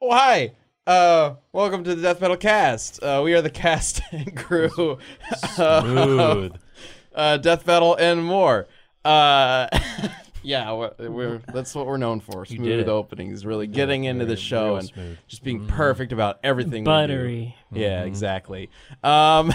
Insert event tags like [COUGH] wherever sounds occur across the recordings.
Well, Oh, hi. Uh, welcome to the Death Metal Cast. Uh, we are the cast [LAUGHS] and crew. Smooth. uh, death metal and more. Uh, [LAUGHS] yeah, we're, we're that's what we're known for. You did Smooth it. openings, really getting into the real show and smooth. Mm-hmm. just being perfect about everything. we do. Buttery. Yeah, exactly. Um, [LAUGHS]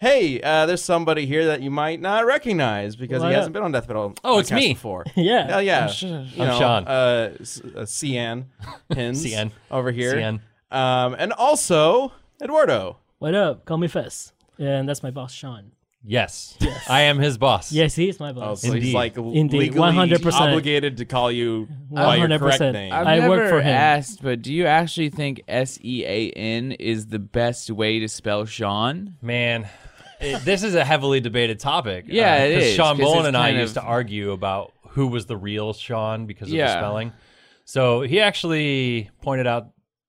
hey, uh, there's somebody here that you might not recognize because Light he up. hasn't been on Death Metal. Oh, it's podcast me. Before. [LAUGHS] Yeah. Hell yeah. I'm sure. You I'm know, Sean. Uh, S- uh, [LAUGHS] CN Pins CN. over here. CN. Um, and also Eduardo. What up? Call me Fess. And that's my boss, Sean. Yes. I am his boss. Yes, he is my Oh, boss. so he's Indeed. like l- Indeed. legally 100%. obligated to call you by your correct 100%. name. I never work for him. Asked, but do you actually think S E A N is the best way to spell Sean? Man, it- this is a heavily debated topic. uh, Yeah, it 'cause is, Sean 'cause Bolin it's and I kind used of- to argue about who was the real Sean because of the Yeah. spelling. So he actually pointed out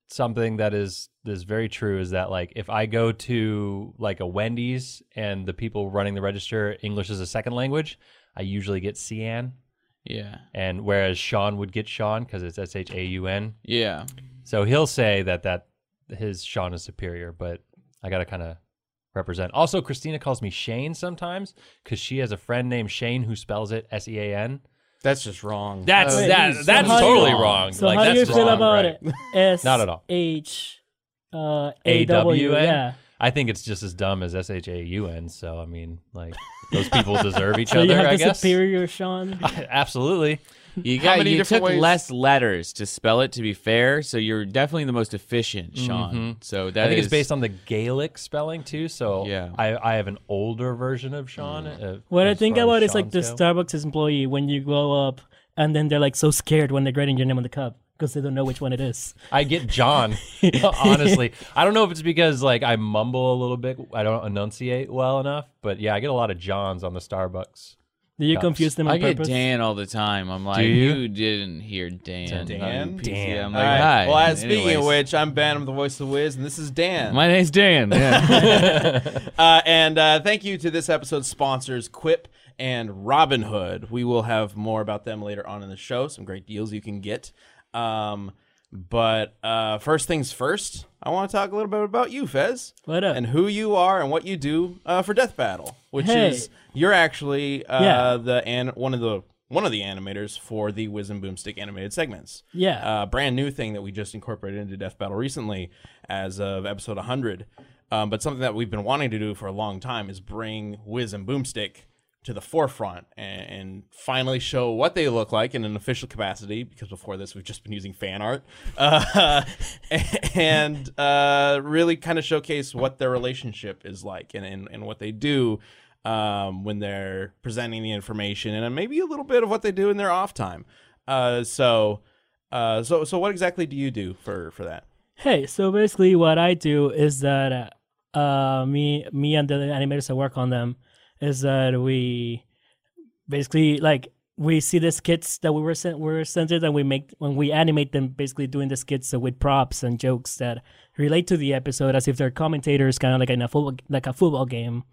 something that is is very true is that like if I go to like a Wendy's and the people running the register English is a second language, I usually get Cian, Yeah. and whereas Sean would get Sean because it's S H A U N. Yeah. So he'll say that that his Sean is superior, but I gotta kind of represent. Also, Christina calls me Shane sometimes because she has a friend named Shane who spells it S E A N. That's just wrong. That's Oh, that. geez. that's So how do you- totally wrong. So like how that's do you just feel wrong, about right. it? [LAUGHS] S Not at all. H uh, A W N. Yeah. I think it's just as dumb as S H A U N. So I mean, [LAUGHS] like those people deserve each So other. you have I the guess. superior Sean. [LAUGHS] Absolutely. You got many you different took ways- less letters to spell it to be fair, so you're definitely the most efficient, Sean. So that I think is it's based on the Gaelic spelling too. So Yeah. I, I have an older version of Sean. uh, What I as think far as about is like Sean's go. the Starbucks employee when you grow up and then they're like so scared when they're grading your name on the cup because they don't know which one it is. I get [LAUGHS] John. honestly, I don't know if it's because like I mumble a little bit. I don't enunciate well enough. But yeah, I get a lot of Johns on the Starbucks. Do you Cups. confuse them on I get purpose? Dan all the time. I'm like, you? you? didn't hear Dan. Dan? You PC. Dan. I'm All like, right. hi. Well, as speaking of Anyways. which, I'm Ben. I'm the voice of the Wiz, and this is Dan. my name's Dan. Yeah. Uh, and uh, thank you to this episode's sponsors, Quip and Robinhood. We will have more about them later on in the show. Some great deals you can get. Um, but uh, first things first, I want to talk a little bit about you, Fez, What up? and who you are and what you do uh, for Death Battle, which Hey. is you're actually uh, Yeah. the an- one of the one of the animators for the Wiz and Boomstick animated segments Yeah. uh, brand new thing that we just incorporated into Death Battle recently as of episode 100. Um, but something that we've been wanting to do for a long time is bring Wiz and Boomstick to the forefront and, and finally show what they look like in an official capacity. Because before this, we've just been using fan art [LAUGHS] uh, and uh, really kind of showcase what their relationship is like and, and, and what they do um, when they're presenting the information and maybe a little bit of what they do in their off time. Uh, so, uh, so so what exactly do you do for for that? Hey, so basically, what I do is that uh, uh, me, me and the animators that work on them is that we basically like we see the skits that we were sent, we were sent it, and we make when we animate them, basically doing the skits with props and jokes that relate to the episode, as if they're commentators, kind of like in a football, like a football game,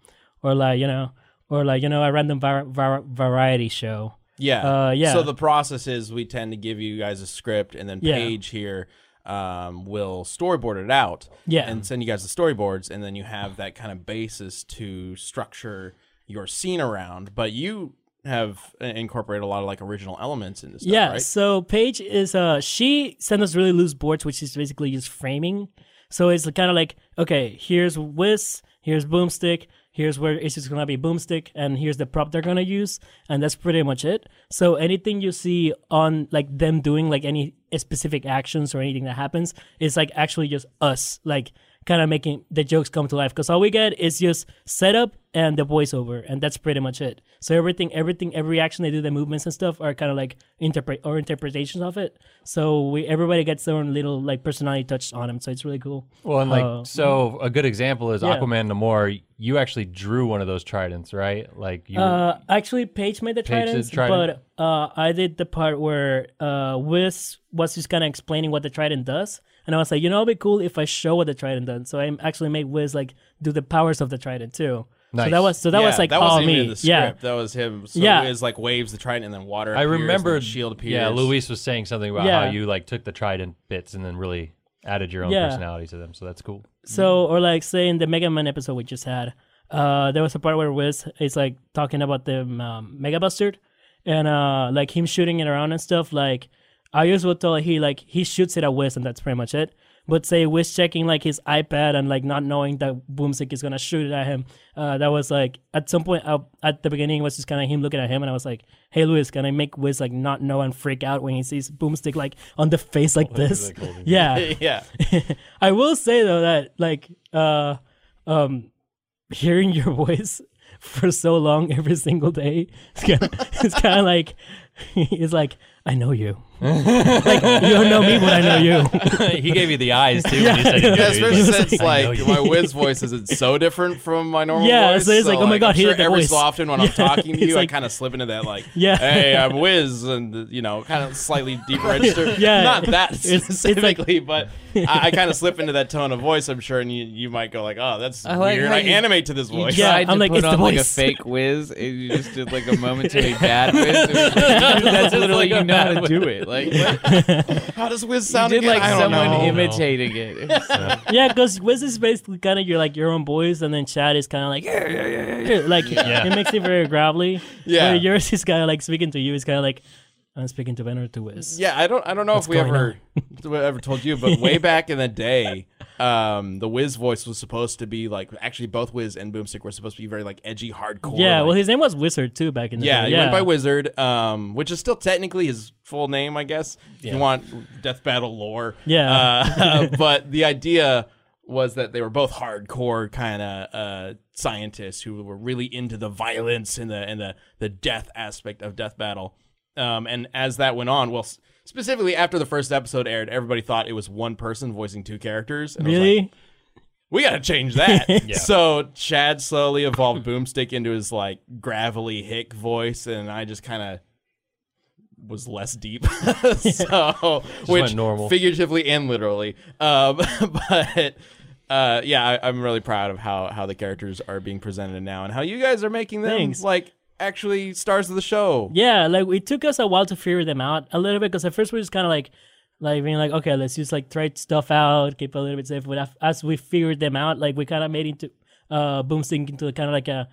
or like you know, or like you know, a random var- var- variety show. Yeah, Uh, yeah. So the process is we tend to give you guys a script, and then Yeah. Paige here um, will storyboard it out. Yeah. and send you guys the storyboards, and then you have that kind of basis to structure your scene around. But you have uh, incorporated a lot of like original elements in this. yeah right? so paige is uh she sent us really loose boards which is basically just framing so it's kind of like okay here's whiz here's boomstick here's where it's just gonna be boomstick and here's the prop they're gonna use and that's pretty much it so anything you see on like them doing like any specific actions or anything that happens is like actually just us like kind of making the jokes come to life because all we get is just setup and the voiceover and that's pretty much it so everything everything every action they do the movements and stuff are kind of like interpret or interpretations of it so we everybody gets their own little like personality touched on them so it's really cool Well, and like Uh, so, a good example is yeah. Aquaman Namor. You actually drew one of those tridents, right? Like you. uh actually paige made the Paige did tridents trident. but uh i did the part where uh wiz was just kind of explaining what the trident does and i was like you know it'd be cool if i show what the trident does so i actually made wiz like do the powers of the trident too so Nice. that was so that Yeah, was like that all wasn't me even in the script. yeah that was him. So Yeah. yeah, is like waves the trident, and then water. I appears, and remember. the shield appears. Yeah, Luis was saying something about Yeah. how you like took the trident bits and then really added your own Yeah. personality to them, so that's [LAUGHS] cool. So, or like say in the Mega Man episode we just had, uh, there was a part where Wiz is like talking about the um, Mega Bustard and uh, like him shooting it around and stuff. Like, I just will tell he like he shoots it at Wiz and that's pretty much it. But say Wiz checking like his iPad and like not knowing that Boomstick is gonna shoot it at him. Uh, that was like at some point uh, at the beginning it was just kind of him looking at him and I was like, hey Luis, can I make Wiz like not know and freak out when he sees Boomstick like on the face like this? really [LAUGHS] cool, dude. [LAUGHS] yeah. [LAUGHS] yeah. [LAUGHS] I will say though that like uh um hearing your [LAUGHS] voice for so long every single day it's kind of, [LAUGHS] it's kind of like it's like I know [LAUGHS] you. like you don't know me, but I know [LAUGHS] you. [LAUGHS] he gave you the eyes too. when he said he Yeah, knew Yeah, you. He's especially like, [LAUGHS] since I know like you. my Wiz voice isn't so different from my normal Yeah, voice. so it's like, oh my God, I'm he sure did the every voice. so often [LAUGHS] when I'm talking to It's you, like- I kind of slip into that like, [LAUGHS] Yeah. hey, I'm Wiz, and you know, kind of slightly [LAUGHS] deep register. Yeah. not that It's- it's like- specifically, [LAUGHS] but I, I kind of slip into that tone of voice. I'm sure, and you, you might go like, oh, that's I like weird. how I you- animate to this [LAUGHS] You voice. Yeah, tried I'm to like, put it's the on like a voice. fake whiz, and you just did like a momentary bad whiz. It was like, [LAUGHS] That's Just literally like a you know how to bad do it. Like what? How does Wiz you sound? did again? like I don't someone know. [LAUGHS] imitating it. It was- yeah, because Wiz is basically kind of your like your own voice, and then Chad is kind of like "Yeah, yeah, yeah, yeah, yeah," like Yeah. it makes it very gravelly. Yeah. Where yours is kind of like speaking to you. It's kind of like I'm speaking to Ben or to Wiz. Yeah, I don't I don't know if we going ever [LAUGHS] we ever told you, but way back in the day, um, the Wiz voice was supposed to be like actually both Wiz and Boomstick were supposed to be very like edgy hardcore. Yeah, like- well, his name was Wizard too back in the yeah, day. he went by Wizard, um, which is still technically his full name, I guess. If you want Death Battle lore. Yeah. [LAUGHS] Uh, but the idea was that they were both hardcore kind of uh, scientists who were really into the violence and the and the the death aspect of Death Battle. Um, and as that went on, well, s- specifically after the first episode aired, everybody thought it was one person voicing two characters. And I was like, Really? we gotta change that. So Chad slowly evolved Boomstick into his like gravelly hick voice, and I just kind of was less deep, [LAUGHS] so which went normal. figuratively and literally. Um, [LAUGHS] but uh, yeah, I, I'm really proud of how how the characters are being presented now, and how you guys are making them Thanks. like actually stars of the show. Yeah, like it took us a while to figure them out a little bit because at first we were just kind of like, like being like, okay, let's just like try stuff out, keep a little bit safe. But af- as we figured them out, like we kind of made into uh Boomstick into kind of like a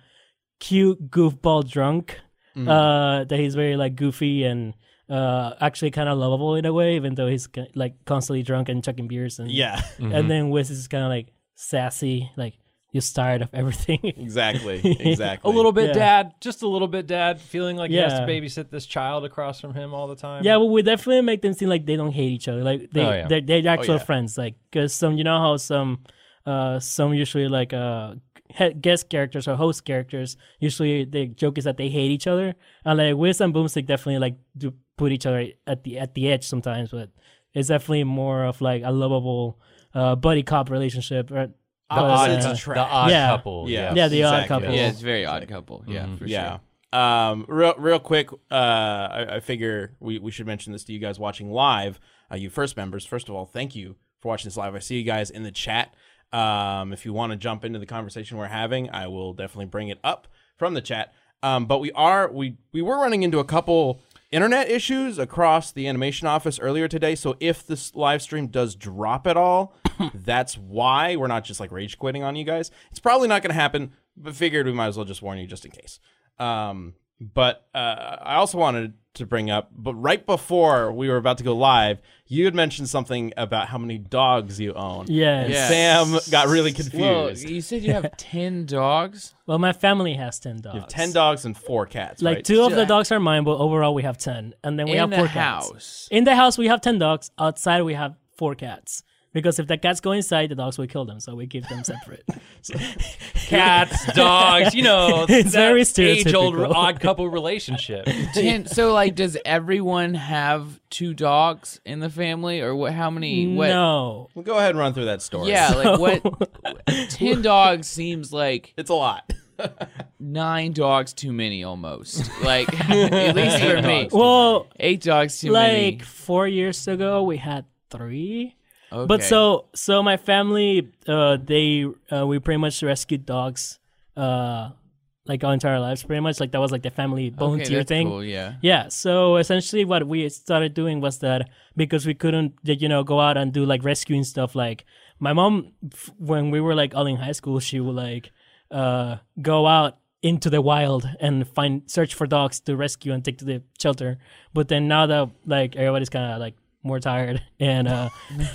cute goofball drunk uh that he's very like goofy and uh actually kind of lovable in a way, even though he's ki- like constantly drunk and chucking beers and Yeah, And then Wiz is kind of like sassy, like you're tired of [LAUGHS] everything. [LAUGHS] exactly, exactly. a little bit, Yeah. dad, just a little bit, dad, feeling like he has Yeah. to babysit this child across from him all the time. Yeah, but we definitely make them seem like they don't hate each other. Like they Oh, yeah. they're, they're actual yeah. friends. Like because some you know how some uh some usually like uh he- guest characters or host characters usually the joke is that they hate each other. And like Wiz and Boomstick definitely like do put each other at the at the edge sometimes, but it's definitely more of like a lovable uh buddy cop relationship. Right? the But, odds uh, the odd Yeah. couple. Yeah. Yeah, yeah, the odd Exactly. couple. yeah, it's a very odd couple. Yeah, Mm-hmm. for yeah. sure. Um, real, real quick, uh, I, I figure we, we should mention this to you guys watching live. Uh, you first members, first of all, thank you for watching this live. I see you guys in the chat. Um, if you want to jump into the conversation we're having, I will definitely bring it up from the chat. Um, but we are we we were running into a couple internet issues across the animation office earlier today. So if this live stream does drop at [COUGHS] all, that's why we're not just like rage quitting on you guys. It's probably not going to happen, but figured we might as well just warn you just in case. Um, but uh, I also wanted to bring up, but right before we were about to go live, you had mentioned something about how many dogs you own. Yes. And Yeah. Sam got really Well, confused. you said you [LAUGHS] have ten dogs. Well, my family has ten dogs. Ten dogs and four cats. Like right? two of the dogs are mine, but overall we have ten, and then we In have the four cats. house. In the house we have ten dogs. Outside we have four cats. Because if the cats go inside, the dogs will kill them, so we keep them [LAUGHS] separate. [LAUGHS] cats, dogs. You know, It's that very age-old stereotypical. odd couple relationship. Ten. So like, does everyone have two dogs in the family, or what? How many? What? No, Well, go ahead and run through that story. [LAUGHS] Yeah, like what? [LAUGHS] Ten dogs seems like it's a lot. nine dogs too many, almost. Like [LAUGHS] at least for me, well, eight dogs too many. like four years ago we had three. But Okay. so so my family, uh, they uh, we pretty much rescued dogs, uh, like our entire lives, pretty much. Like that was like the family bone okay, tier that's thing. Cool, yeah. Yeah, so essentially what we started doing was that because we couldn't, you know, go out and do like rescuing stuff. Like my mom, f- when we were like all in high school, she would like uh, go out into the wild and find search for dogs to rescue and take to the shelter. But then now that like everybody's kind of like more tired [LAUGHS] and uh, [LAUGHS]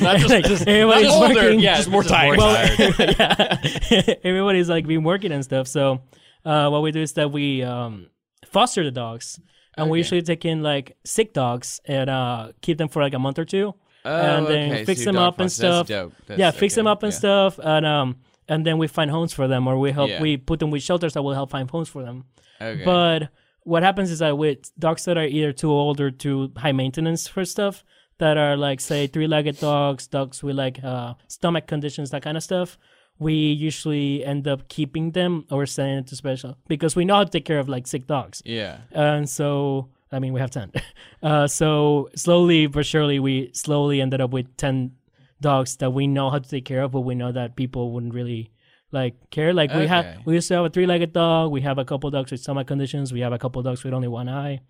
Not just, [LAUGHS] like, just, everybody's not just older. working. Yeah, Just more this is tired. tired. [LAUGHS] yeah. everybody's like been working and stuff. So uh, what we do is that we um, foster the dogs, and we Okay. usually take in like sick dogs and uh, keep them for like a month or two, Oh, and then okay, fix so them dog up and foster, that's stuff. dope. That's- yeah, fix them okay, up and yeah. stuff, and um, and then we find homes for them, or we help Yeah. we put them with shelters that will help find homes for them. Okay. But what happens is that with dogs that are either too old or too high maintenance for stuff that are like say three-legged dogs, dogs with like uh, stomach conditions, that kind of stuff, we usually end up keeping them or sending it to special because we know how to take care of like sick dogs. yeah. And so I mean we have ten. [LAUGHS] Uh, so slowly but surely we slowly ended up with ten dogs that we know how to take care of, but we know that people wouldn't really like care. Like we have Okay. we used to have a three legged dog, we have a couple dogs with stomach conditions, we have a couple dogs with only one eye.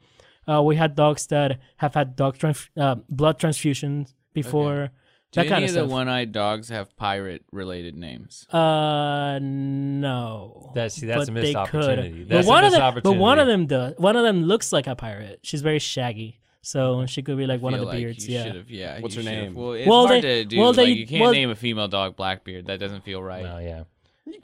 Uh, we had dogs that have had dog transf- uh, blood transfusions before. Do That kind any of of the stuff. one-eyed dogs have pirate-related names? Uh, no. That- see, that's But a missed they could. opportunity. But That's a one missed of them, but one opportunity. of them does. One of them looks like a pirate. She's very shaggy, so she could be like one of Feel the like beards. you Yeah. should've- yeah. What's you her should've- name? Well, it's Well, hard they- to do. well, they- like, you can't well- name a female dog Blackbeard. That doesn't feel right. Oh, yeah.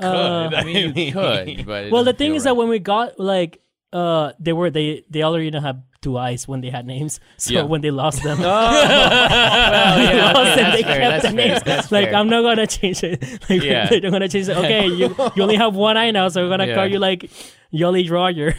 Uh, I mean, you could, but it well, the doesn't thing feel is that right. when we got like, uh, they were they they already didn't have two eyes when they had names. [LAUGHS] So Yeah. Oh. [LAUGHS] when they lost [LAUGHS] them. well, they yeah, lost okay, and that's they fair, kept that's the fair, names. that's like fair. I'm not gonna change it. [LAUGHS] Like Yeah. they're not gonna change it. Okay, you, you only have one eye now, so we're gonna Yeah. call you like Yoli [LAUGHS] Drawer. Yeah.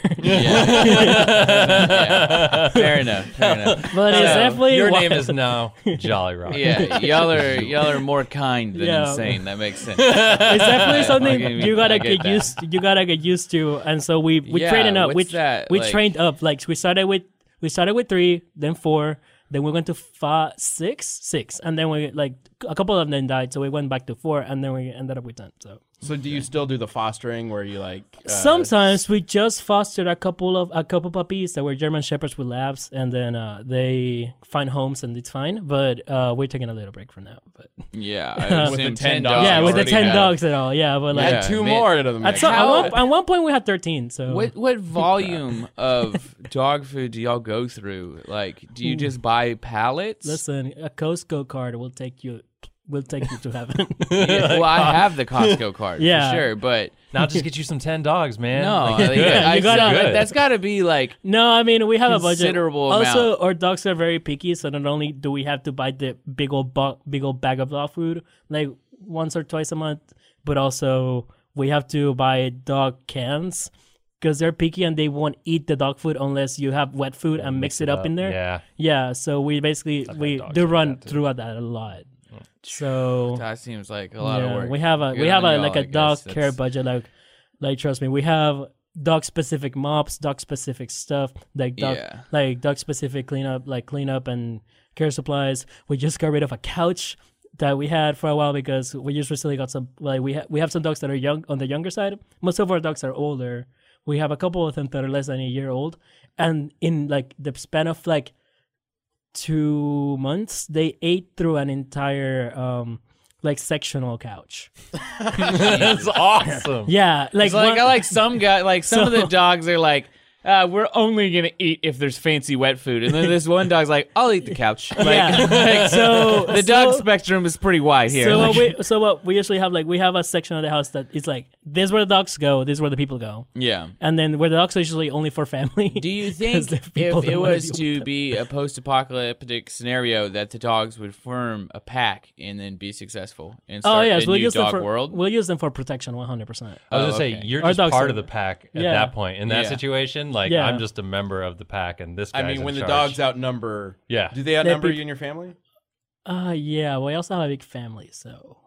Yeah. Fair enough. [LAUGHS] Fair [LAUGHS] enough. but it's So, definitely your one- name is [LAUGHS] now Jolly Roger. Yeah, y'all are y'all are more kind than Yeah. insane. That [LAUGHS] makes sense. it's definitely [LAUGHS] Yeah, something okay, you gotta I get, get that. used. You gotta get used to, and so we we Yeah, training up. We what's that, we like- trained up. Like we started with we started with three, then four, then we went to five, six, six, and then we like a couple of them died, so we went back to four, and then we ended up with ten. So So do you still do the fostering where you like uh, sometimes we just fostered a couple of a couple puppies that were German shepherds with labs, and then uh, they find homes and it's fine. But uh, we're taking a little break from now. But Yeah, I With the assume 10 10 dogs dogs. yeah, you with the already ten have- dogs and all, yeah. But like add two man. more to the mix? At, some, at, How- one, at one point we had 13 so What [LAUGHS] what volume of dog food do y'all go through? Like, do you just buy pallets? listen a costco card will take you will take you to [LAUGHS] heaven Yeah, [LAUGHS] well, I have the Costco card Yeah. for sure, but Now just get you some 10 dogs, man. no, Like, like, good. I- You gotta- that- that's got to be like no i mean we have a budget Considerable also amount. our dogs are very picky so not only do we have to buy the big old bu- big old bag of dog food like once or twice a month but also we have to buy dog cans because they're picky and they won't eat the dog food unless you have wet food and mix, it up, in there [LAUGHS] Yeah. Yeah, so we basically we dogs do like run that, too. through that a lot so that seems like a lot Yeah, of work. We have a Good we have on a y'all, like a I guess. dog That's- care budget. Like, like trust me, we have dog specific mops, dog specific stuff, like dog Yeah. like dog specific cleanup, like cleanup and care supplies. We just got rid of a couch that we had for a while because we just recently got some like we ha- we have some dogs that are young on the younger side. Most of our dogs are older. We have a couple of them that are less than a year old, and in like the span of like two months, they ate through an entire um like sectional couch. That's [LAUGHS] awesome. Yeah, like, It's like one- I like some guy like some of [LAUGHS] the So- dogs are like uh, we're only gonna eat if there's fancy wet food, and then this one dog's like I'll eat [LAUGHS] the couch. [LAUGHS] Like, yeah. so the dog so- spectrum is pretty wide here. So Like- what we so what we usually have like we have a section of the house that is like this is where the dogs go, this is where the people go, yeah. and then where the dogs are usually only for family. Do [LAUGHS] you 'Cause think the if people it don't wanna was deal to be a post-apocalyptic scenario that the dogs would form a pack and then be successful and oh start yes, a we'll new use them dog for world? we'll use them for protection one hundred percent. I was Oh, gonna say okay. you're Our just dogs part are- of the pack at Yeah. that point. In that Yeah. situation, like Yeah. I'm just a member of the pack, and this I guy's mean, in when the charge. dogs outnumber, Yeah. do they outnumber peop- you and your family? Uh yeah, we also have a big family, so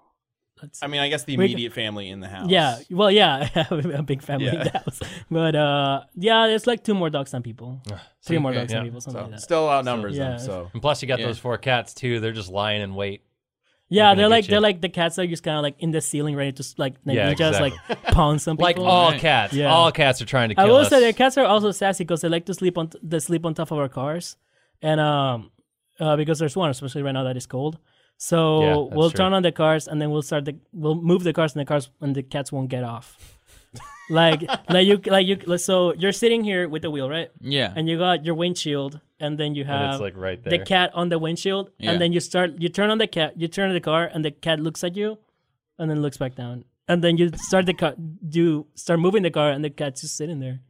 let's I mean, I guess the We- immediate family in the house. yeah, well, yeah, [LAUGHS] I have a big family Yeah. in the house, but uh, yeah, it's like two more dogs than people, three more Okay, dogs yeah. than people, something So like that. still outnumbers So- them. Yeah. So And plus, you got Yeah. those four cats too. They're just lying in wait. Yeah, they're gonna like get you. they're like the cats that are just kind of like in the ceiling, ready to s- like like Yeah, ninjas, like pound some people. Like all Right. cats. Yeah. All cats are trying to kill I will us. say that cats are also sassy because they like to sleep on t- they sleep on top of our cars, and um, uh, because there's one especially right now that is cold. So Yeah, that's we'll true. turn on the cars and then we'll start the we'll move the cars and the cars and the cats won't get off. [LAUGHS] like like you like you so you're sitting here with the wheel right, Yeah. and you got your windshield, and then you have and it's like right the there. cat on the windshield, Yeah. and then you start you turn on the cat, you turn on the car, and the cat looks at you, and then looks back down, and then you start the car, you start moving the car, and the cat's just sitting there.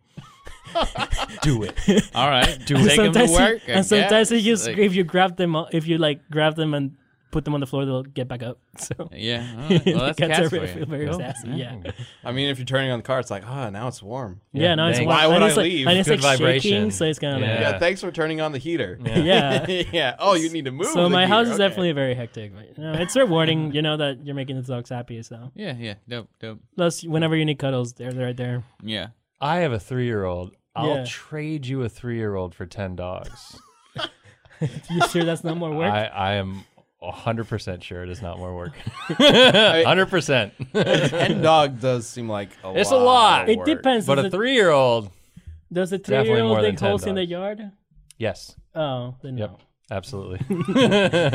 Do it. All [LAUGHS] right. Do And take them to sometimes you- work. I and sometimes you guess. just Like, if you grab them, if you like grab them and put them on the floor, they'll get back up. [LAUGHS] So [LAUGHS] Yeah. all right. Well, that's the cats, cats are for feel you. very sassy. Yeah, yeah. I mean, if you're turning on the car, it's like, ah, now it's warm. no, it's thanks. warm. Why would and I it's like, leave? [LAUGHS] And it's Good like shaking, vibration. so it's kind of Yeah. Yeah. thanks for turning on the heater. [LAUGHS] like yeah. [LAUGHS] yeah. Oh, you need to move. So the my heater. house is Okay. [LAUGHS] definitely very hectic. But, you know, it's rewarding, you know, that you're making the dogs happy. So Yeah. Yeah. Dope. Dope. plus, whenever you need cuddles, they're they're right there. Yeah. I have a three year old. I'll Yeah. trade you a three year old for 10 dogs. You sure that's not more [LAUGHS] [LAUGHS] work? I, I am 100% sure it is not more [LAUGHS] work. [LAUGHS] 100%. Ten dog does seem like a It's a lot. lot. of it work. depends. but Does a the, three year old, does the definitely three-year-old more than dig 10 holes in the dogs. yard? yes. Oh, then Yep. no. [LAUGHS] Absolutely. [LAUGHS]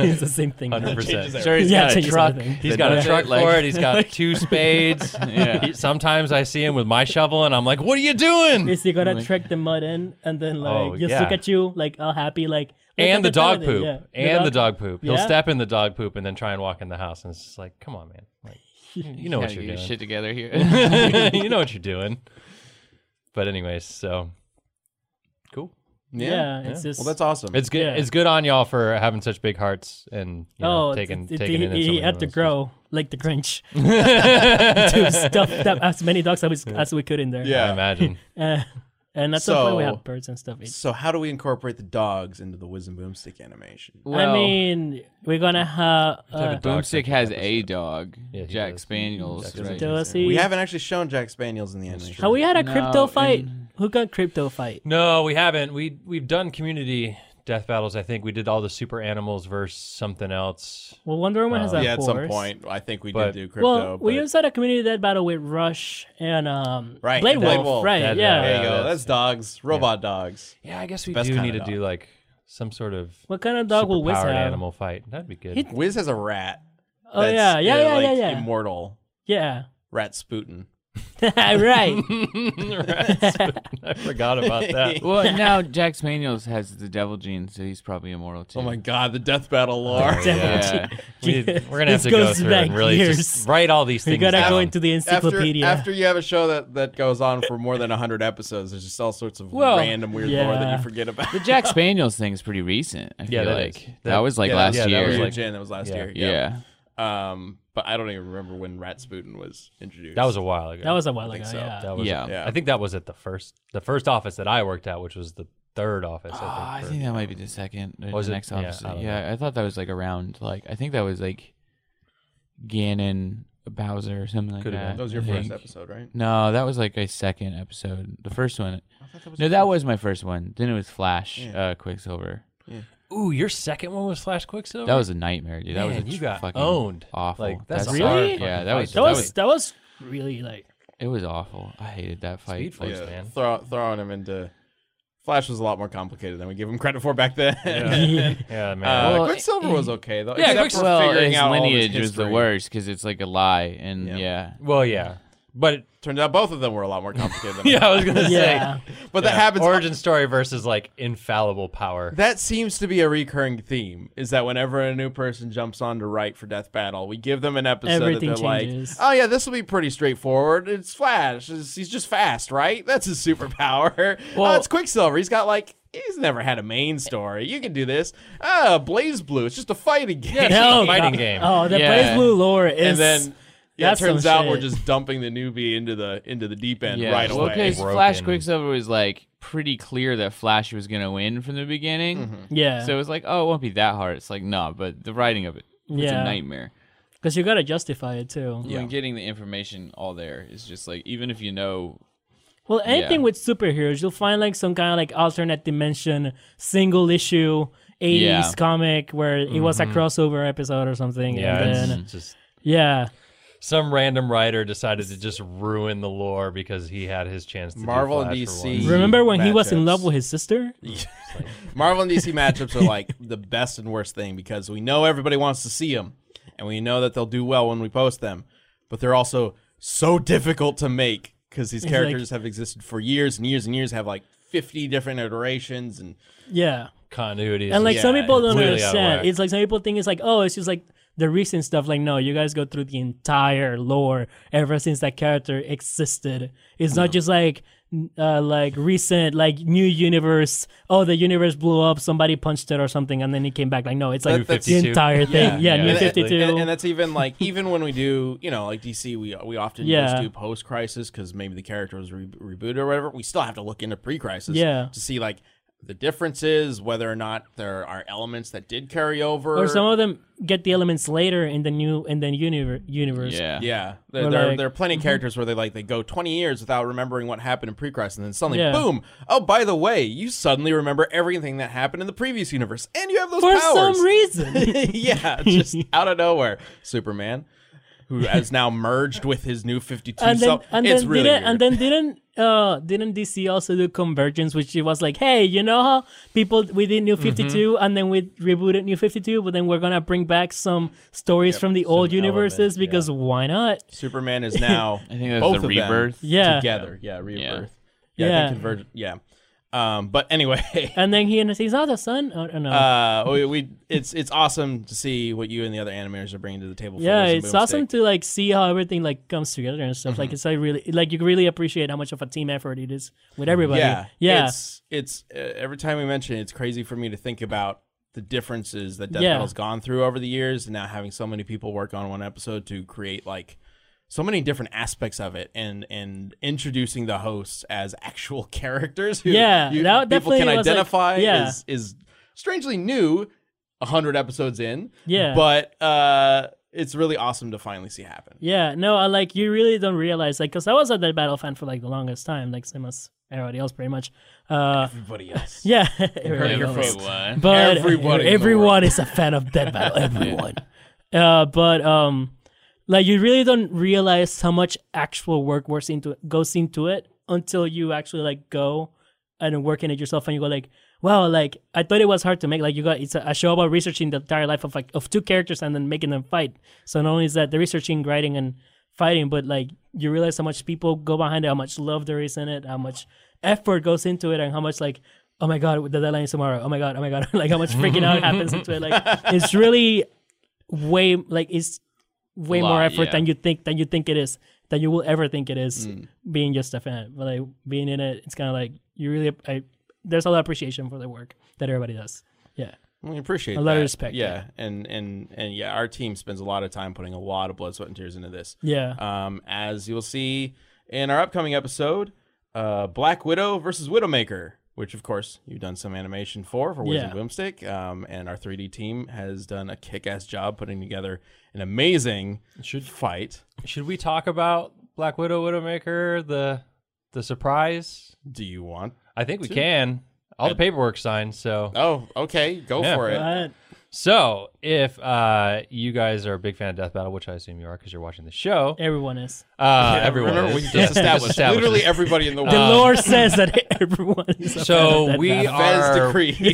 It's the same thing. [LAUGHS] 100%. Changes Sure, he's Yeah, got a changes truck. everything. He's got a Yeah. truck Like- for it. He's [LAUGHS] got two spades. Yeah. He- sometimes I see him with my shovel and I'm like, what are you doing? Is he gonna trek the mud in and then like Oh, just yeah. look at you like all happy like look at and the dog toilet, poop. yeah. And the dog poop. He'll Yeah. step in the dog poop and then try and walk in the house. And it's just like, come on, man. [LAUGHS] Like, you know Gotta what get you're your doing. shit together here. [LAUGHS] [LAUGHS] you know what you're doing. But anyways, so cool. Yeah. Yeah, it's just Well, that's awesome. It's good. Yeah. It's good on y'all for having such big hearts and you know, oh, taking it, it, taking he, in. he so many had to others. grow like the Grinch [LAUGHS] to stuff that, as many dogs as we, as we could in there. I yeah. [LAUGHS] imagine. Uh, and at some point we So- had birds and stuff. So how do we incorporate the dogs into the Wiz and Boomstick animation? Well, I mean, we're gonna have uh, dog Boomstick has a dog, Yeah, he Jack does. Spaniels. Jack right? Josie. We haven't actually shown Jack Spaniels in the animation. Have we had a No, crypto fight? and- Who got crypto fight? No, we haven't. We we've done community death battles. I think we did all the super animals versus something else. Well, Wonder Woman has Um, that Oh, yeah, at force. some point, I think we But- did do crypto. Well, we but- just had a community dead battle with Rush and um, Right, Blade, and Blade Wolf, Wolf. right? Dead yeah. Battle. there you go. Yeah, That's, that's- dogs, robot dogs. Yeah, I guess we Best do kinda need to dog. do like some sort of What kind of dog will Wiz superpowered have? animal fight. That'd be good. He- [LAUGHS] Wiz has a rat. Oh that's, yeah, yeah, uh, yeah, like yeah, yeah. Immortal Yeah. rat Sputin. [LAUGHS] [LAUGHS] right. I forgot about that. [LAUGHS] [LAUGHS] Well, now Jack Spaniels has the devil gene, so he's probably immortal too. Oh my god, the death battle lore. Yeah. We, Yeah. we're gonna have This to go goes through and back really years. just write all these things. You gotta down. go into the after, [LAUGHS] encyclopedia. after you have a show that, that goes on for more than 100 episodes, there's just all sorts of Well, random weird lore that yeah. you forget about. The Jack Spaniels thing is pretty recent. I Yeah, feel that like is. that, That- was [LAUGHS] like Yeah, that last was- year. That was like- in Jan, that was last Yeah. year. yeah. Yeah. Um, but I don't even remember when rat Sputin was introduced. That was a while ago. that was a while I ago. think so. Yeah. That was Yeah. Yeah. I think that was at the first the first office that I worked at, which was the third office. Oh, Ah, I I think. for- think that might be the second or Was the it? next Yeah, office. I Yeah, don't I thought that was like around like I think that was like Ganon Bowser or something like Could've that. been. That was your I first think. episode, right? No, that was like a second episode. The first one. that was no, that was my first one. Then it was Flash, Yeah. uh, Quicksilver. Ooh, your second one was Flash Quicksilver. That was a nightmare, dude. That was Man, a you got fucking owned. Awful. Like, that's a hard our- fucking yeah. That fight. was That was that was really like [LAUGHS] it was awful. I hated that fight. Speed Force, Like, man. Throw, throwing him into Flash was a lot more complicated than we give him credit for back then. Yeah, [LAUGHS] Uh, man. Well, Quicksilver was okay though. yeah, except Quicksilver- for well, figuring his out all of lineage was the history. worst because it's like a lie, and Yeah. yeah, well, yeah, but Turns out both of them were a lot more complicated. Than I [LAUGHS] yeah, I was gonna [LAUGHS] yeah. say. thought. but that happens. Origin story versus like infallible power. that seems to be a recurring theme. Is that whenever a new person jumps on to write for Death Battle, we give them an episode Everything that they're changes. like, "Oh yeah, this will be pretty straightforward. It's Flash. It's- he's just fast, right? That's his superpower. [LAUGHS] oh, Well- it's Quicksilver. He's got like." He's never had a main story. You can do this. Ah, Blaze Blue. It's just a fighting game. Yeah, Hell, Fighting God. game. Oh, the Yeah. Blaze Blue lore is. and then yeah, it that's turns some out we're shit. just dumping the newbie into the into the deep end yeah. right away. because Broken. Flash Quicksilver was like pretty clear that Flash was gonna win from the beginning, yeah, so it was like, oh, it won't be that hard. It's like, nah, but the writing of it, it's Yeah. a nightmare. because you gotta justify it too. Yeah. getting the information all there is just like, even if you know, Well, anything with superheroes, you'll find like some kind of like alternate dimension, single issue '80s Yeah. comic where it was a crossover episode or something. Mm-hmm. Yeah, and it's then, just yeah, some random writer decided to just ruin the lore because he had his chance to do Marvel and Flash for DC. once. Remember when he was in matchups. love with his sister? Marvel and DC matchups are like the best and worst thing because we know everybody wants to see them, and we know that they'll do well when we post them, but they're also so difficult to make because these It's characters have existed for years and years and years, have like fifty different iterations, and Yeah. continuity. is And like just Yeah, some people don't completely out of whack. understand. It's like some people think it's like, oh, it's just like the recent stuff. Like, no, you guys go through the entire lore ever since that character existed. It's not just like n- uh, like recent, like new universe. Oh, the universe blew up. Somebody punched it or something, and then it came back. Like, no, it's like That- that's- the entire thing. yeah, Yeah, new and, exactly. fifty and, and, two. that's even like even when we do you know like DC we we often Yeah. just do post crisis because maybe the character was re- rebooted or whatever we still have to look into pre crisis Yeah. to see like the differences whether or not there are elements that did carry over Or some of them get the elements later in the new in the universe. Universe. Yeah. yeah there, Or, there, like- mm-hmm. there are plenty of characters where they like they go 20 years without remembering what happened in pre-crisis and then suddenly Yeah. boom oh by the way you suddenly remember everything that happened in the previous universe and you have those For powers some [LAUGHS] reason. [LAUGHS] yeah, just out of nowhere, Superman, [LAUGHS] who has now merged with his new Fifty Two and then, self. and it's then really didn't and weird. then didn't uh didn't DC also do convergence, which it was like, hey, you know how people we did Mm-hmm. New Fifty and then we rebooted New Fifty Two, but then we're gonna bring back some stories from the old universes elements, because why not? Superman [LAUGHS] is now I think that's both the of them rebirth. Yeah. together. Yeah, rebirth. Yeah, I Yeah. think converge- yeah. Um, but anyway, And then he and he's not the son. Oh, no. uh, we, we it's it's awesome to see what you and the other animators are bringing to the table. For yeah, Wiz and it's awesome Boomstick. to like see how everything like comes together and stuff. Mm-hmm. Like it's like really like you really appreciate how much of a team effort it is with everybody. Yeah, yeah. It's it's uh, every time we mention it, it's crazy for me to think about the differences that Death Yeah. Metal's gone through over the years, and now having so many people work on one episode to create like so many different aspects of it, and and introducing the hosts as actual [LAUGHS] characters who Yeah, you, that people definitely can was, like, identify yeah. is is strangely new. a hundred episodes in, Yeah. but uh, it's really awesome to finally see happen. Yeah, no, I like you really don't realize like because I was a Dead Battle fan for like the longest time, like same as everybody else, pretty much. Uh, Everybody else, yeah, [LAUGHS] Heard everybody your else. voice. [LAUGHS] Everyone. But Everybody in the everyone is a fan of Dead Battle. Everyone. uh, but um, like you really don't realize how much actual work works into it, goes into it until you actually like go and working it yourself and you go like wow like i thought it was hard to make like you got it's a, a show about researching the entire life of like of two characters and then making them fight so not only is that the researching writing and fighting but like you realize how much people go behind it how much love there is in it how much effort goes into it and how much like oh my god the deadline is tomorrow oh my god oh my god [LAUGHS] like how much freaking out happens into it like it's really way like it's way Lot, more effort yeah. than you think than you think it is than you will ever think it is Mm. being just a fan but like being in it it's kind of like you really I, there's a lot of appreciation for the work that everybody does yeah We appreciate A lot of that. respect, Yeah. and and and yeah, our team spends a lot of time putting a lot of blood, sweat, and tears into this. yeah Um, as you'll see in our upcoming episode, uh, Black Widow versus Widowmaker, which of course you've done some animation for for Wiz Yeah. and Boomstick, um, and our 3D team has done a kick-ass job putting together an amazing Should- fight. Should we talk about Black Widow, Widowmaker, the the surprise? Do you want? I think we can. All the paperwork signed, so Oh, okay, go Yeah. for it. But- so if uh, you guys are a big fan of Death Battle, which I assume you are because you're watching the show, everyone is uh, Yeah, everyone remember, is. [LAUGHS] we Yeah, just established established literally this. everybody in the world. the [LAUGHS] lore says that everyone is a fan So of we Dead Fez are decree. [LAUGHS] [LAUGHS]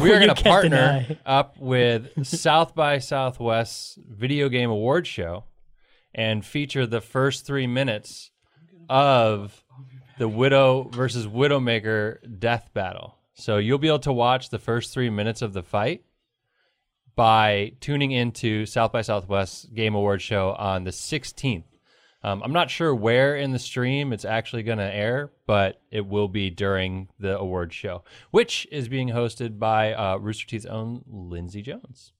[LAUGHS] we are You going to can't partner deny. up with South by Southwest's video game award show and feature the first three minutes of the Widow versus Widowmaker death battle. So you'll be able to watch the first three minutes of the fight by tuning into South by Southwest's game award show on the 16th. Um, I'm not sure where in the stream it's actually going to air, but it will be during the award show, which is being hosted by uh, Rooster Teeth's own Lindsey Jones,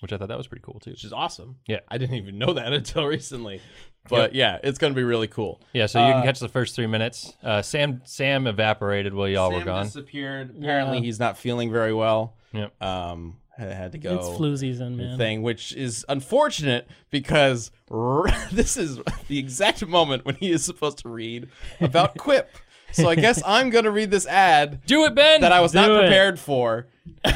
which I thought that was pretty cool too. which is awesome. Yeah. I didn't even know that [LAUGHS] until recently. But yeah, it's going to be really cool. Yeah, so you Uh, can catch the first three minutes. Uh, Sam Sam evaporated while y'all were Sam gone. disappeared. Apparently, he's not feeling very well. Yep. Um, had, had to go. it's flu season man Thing, which is unfortunate because [LAUGHS] r- this is the exact moment when he is supposed to read about Quip. So I guess I'm gonna read this ad Do it, Ben. that I was not Do it. prepared for. you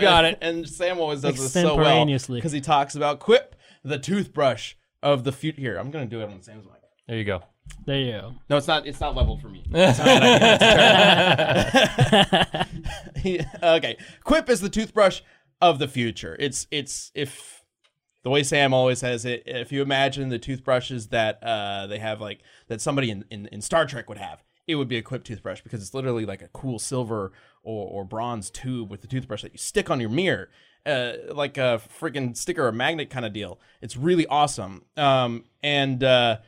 got it. And Sam always does this so well Extemporaneously. because he talks about Quip, the toothbrush of the future. Here, I'm gonna do it on Sam's mic. There you go. There you go. No, it's not. It's not leveled for me. It's not an idea. It's terrible. [LAUGHS] He- okay, Quip is the toothbrush of the future. It's it's if the way Sam always has it. If you imagine the toothbrushes that uh, they have, like that somebody in, in, in Star Trek would have, it would be a Quip toothbrush because it's literally like a cool silver or, or bronze tube with the toothbrush that you stick on your mirror. Uh, like a freaking sticker or magnet kind of deal. It's really awesome. Um, and uh,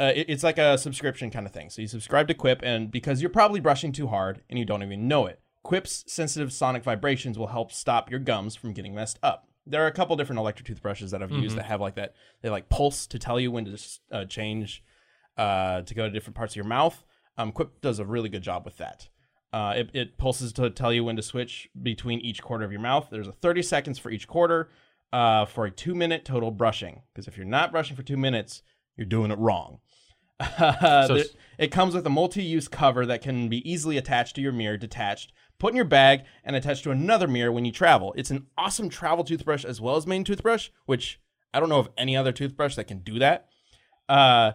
uh, it- it's like a subscription kind of thing. So you subscribe to Quip, and because you're probably brushing too hard and you don't even know it, Quip's sensitive sonic vibrations will help stop your gums from getting messed up. There are a couple different electric toothbrushes that I've used that have like that. They like pulse to tell you when to s- uh, change uh, to go to different parts of your mouth. Um, Quip does a really good job with that. Uh, it, it pulses to tell you when to switch between each quarter of your mouth. There's a 30 seconds for each quarter uh, for a two minute total brushing. Because if you're not brushing for two minutes, you're doing it wrong. [LAUGHS] Uh, So the- s- it comes with a multi-use cover that can be easily attached to your mirror, detached, put in your bag, and attached to another mirror when you travel. It's an awesome travel toothbrush as well as main toothbrush, which I don't know of any other toothbrush that can do that. Uh,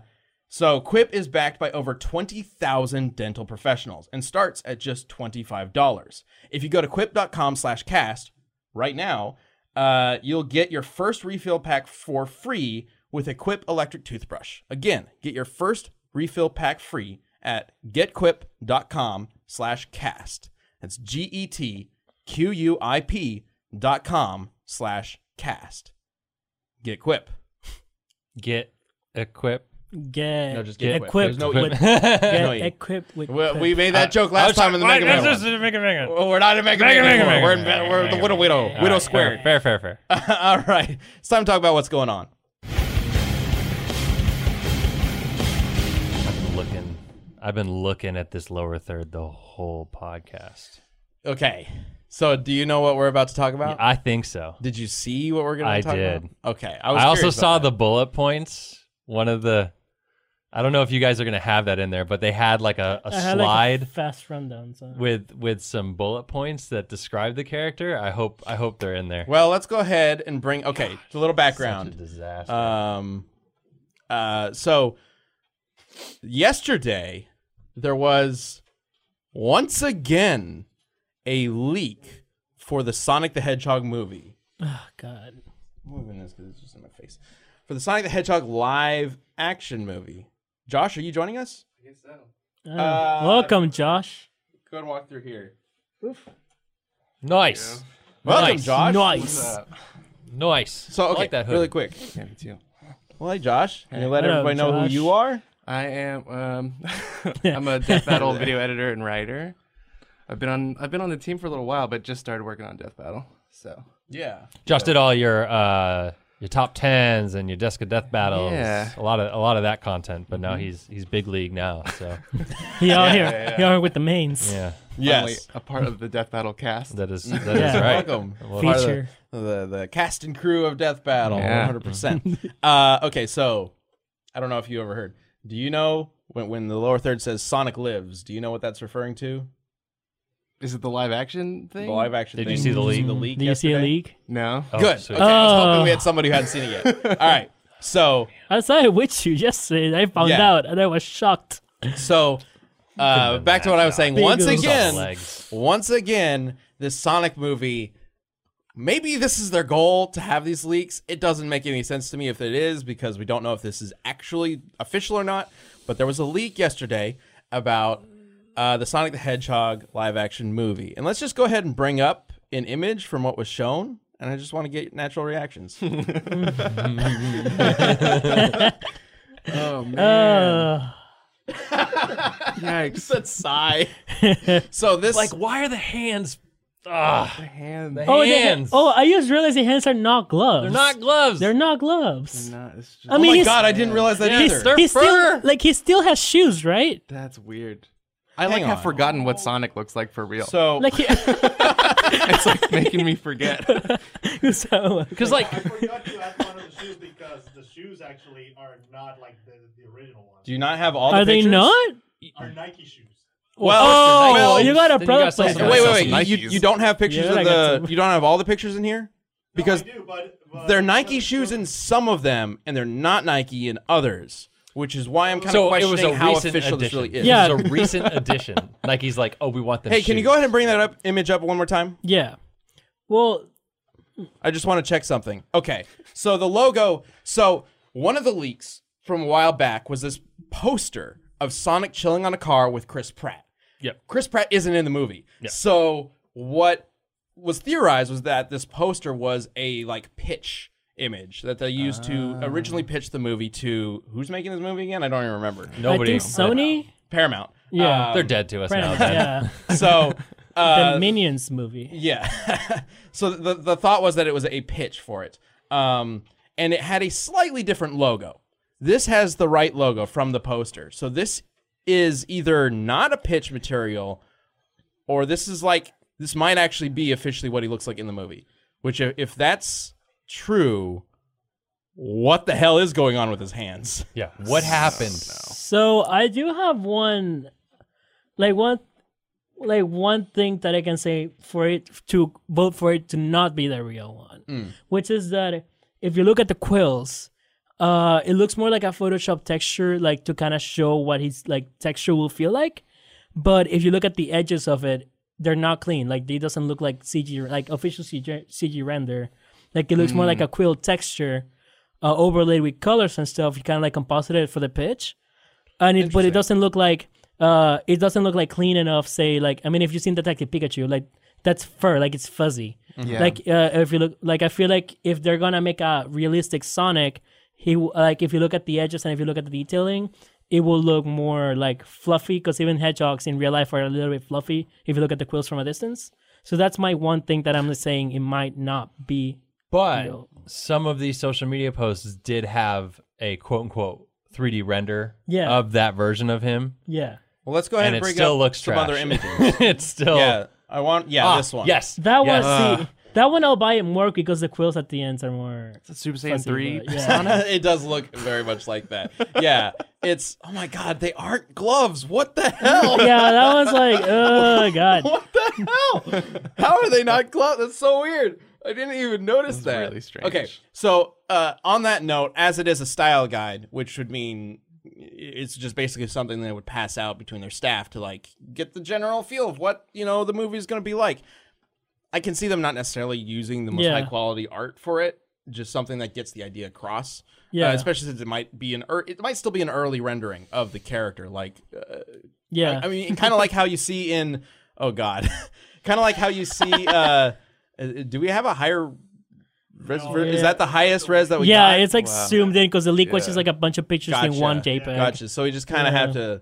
so Quip is backed by over 20,000 dental professionals and starts at just $25. If you go to quip.com slash cast right now, uh, you'll get your first refill pack for free with a Quip electric toothbrush. Again, get your first refill pack free at getquip.com slash cast. That's E G-E-T-Q-U-I-P dot com slash cast. Get Quip. Get equipped. Get No, just get equipped. equipped There's no with. [LAUGHS] No, get you- equipped with. We, Quip. we made uh, that joke last time in the Mega Man. one. Well, we're not in Mega Man Mega Man, anymore. Mega we're in, Man, Mega- Mega we're Man, the Mega Widow Man. Widow. All Widow right, Squared. Fair, fair, fair. fair. [LAUGHS] All right. It's time to talk about what's going on. I've been looking. I've been looking at this lower third the whole podcast. Okay. So, do you know what we're about to talk about? I think so. Did you see what we're going I to talk about? did. Okay. I, was I also curious saw about the bullet points. One of the. I don't know if you guys are gonna have that in there, but they had like a, a I had, like, slide fast rundown. So. with with some bullet points that describe the character. I hope I hope they're in there. that. Well, let's go ahead and bring. Okay, a little Such a background. disaster. Um, uh, so yesterday there was once again a leak for the Sonic the Hedgehog movie. oh God. I'm moving this because it's just in my face. For the Sonic the Hedgehog live action movie. Josh, are you joining us? Uh, Uh, welcome, Josh. Go and walk through here. nice, Welcome, Nice. Josh. Nice. nice. So I okay, like that hood. really quick. Yeah, me too. Well, hey, Josh. Can you let Hello, everybody know Josh. who you are? I am. Um, [LAUGHS] I'm a Death Battle video editor and writer. I've been on. I've been on the team for a little while, but just started working on Death Battle. So Yeah. Josh did all your uh, your top tens and your desk of death battles. Yeah. A lot of a lot of that content, but Mm-hmm. now he's he's big league now. [LAUGHS] So He out here. He out here with the mains. yeah, finally a part of the Death Battle cast. that is [LAUGHS] that is Yeah. right. Welcome. Part of Feature. The, the, the cast and crew of Death Battle. Yeah. 100%. uh, okay, so I don't know if you ever heard. Do you know when, when the lower third says Sonic lives, do you know what that's referring to? Is it the live action thing? The live action Did thing. you see the leak? The Do you see a yesterday? leak? No. Oh, Good. sweet. Okay, I was hoping we Oh. had somebody who hadn't seen it yet. All right. So, I saw it with you yesterday. I found Yeah. out, and I was shocked. so uh, been back to what I was saying. Big Once old again, Legs. once again, this Sonic movie. Maybe this is their goal to have these leaks. It doesn't make any sense to me if it is because we don't know if this is actually official or not. But there was a leak yesterday about uh, the Sonic the Hedgehog live action movie, and let's just go ahead and bring up an image from what was shown. And I just want to get natural reactions. [LAUGHS] Oh man. Uh, Yikes. That [LAUGHS] sigh. so this Like, why are the hands? Ah, The hand. the oh, they- hands. oh! I just realized the hands are not gloves. they're not gloves. They're not gloves. No, it's just, I mean, oh my he's- god, I didn't realize that Yeah, either. sir. he still fur. like he still has shoes, right? [LAUGHS] that's weird. I Hang like have on. forgotten what Sonic looks like for real. So Like he, [LAUGHS] [LAUGHS] it's like making [LAUGHS] me forget. so Because like, I forgot to add one of the shoes because the shoes actually are not like the, the original ones. do you not have all the are they pictures? not? Are Nike shoes. Well, oh, well, you got a then you product gotta sell some placement. wait, sell wait, some wait. You, Nikes. you don't have pictures Yeah, I of got the. some. You don't have all the pictures in here because I do, but, but they're Nike shoes in some of them, and they're not Nike in others, which is why I'm kind of So it questioning was a how recent official addition. this really is. Yeah. It was a recent [LAUGHS] addition. Nike's like, oh, we want them. Hey, can you shoes. go ahead and bring that up image up one more time? Yeah. Well, I just want to check something. Okay. So the logo. So one of the leaks from a while back was this poster of Sonic chilling on a car with Chris Pratt. Yep. Chris Pratt isn't in the movie. So what was theorized was that this poster was a like pitch image that they used to originally pitch the movie to who's making this movie again? I don't even remember. Nobody. I think Sony. Paramount. Yeah. Um, They're dead to us Brand- now. [LAUGHS] yeah. So The uh, Minions movie. Yeah. [LAUGHS] so the the thought was that it was a pitch for it, um, and it had a slightly different logo. This has the right logo from the poster. So this is either not a pitch material, or this is like this might actually be officially what he looks like in the movie. Which, i- if that's true, what the hell is going on with his hands? [LAUGHS] Yeah. What happened? So I do have one, like one, like one thing that I can say for it to vote for it to not be the real one, which is that if you look at the quills, uh, it looks more like a Photoshop texture, like to kind of show what his like texture will feel like. But if you look at the edges of it, they're not clean. Like it doesn't look like CG, like official CG, CG render. Like it looks more like a quill texture, uh, overlaid with colors and stuff. You kind of like composited it for the pitch, and it but it doesn't look like uh, it doesn't look like clean enough. Say like I mean, if you've seen Detective Pikachu, like that's fur, like it's fuzzy. Yeah. Like uh, if you look, like I feel like if they're gonna make a realistic Sonic, he w- like if you look at the edges and if you look at the detailing, it will look more like fluffy because even hedgehogs in real life are a little bit fluffy if you look at the quills from a distance. So that's my one thing that I'm saying it might not be. But No. some of these social media posts did have a quote unquote 3D render Yeah. of that version of him. Yeah, Well, let's go ahead And and, it bring still up looks some trash. other images. [LAUGHS] it's still. yeah, I want. Yeah, Ah, this one. Yes. that yes. one. See, that one I'll buy it more because the quills at the ends are more. Super Saiyan fuzzy, three. [LAUGHS] but yeah. [LAUGHS] it does look very much like that. Yeah. It's oh my god, they aren't gloves. What the hell? yeah, that one's like, oh god. [LAUGHS] What the hell? How are they not gloves? That's so weird. I didn't even notice that. really strange. Okay. So, uh, on that note, as it is a style guide, which would mean it's just basically something they would pass out between their staff to like get the general feel of what, you know, the movie's going to be like. I can see them not necessarily using the most Yeah. high quality art for it, just something that gets the idea across. Yeah. Uh, especially since it might be an ear it might still be an early rendering of the character. Like, uh, Yeah, I mean, kind of like how you see in oh god, [LAUGHS] kind of like how you see. Uh, uh, do we have a higher? Res- Is that the highest res that we yeah, got? it's like zoomed in because the leak was just Yeah. like a bunch of pictures in one JPEG. Gotcha. So we just kind of have to.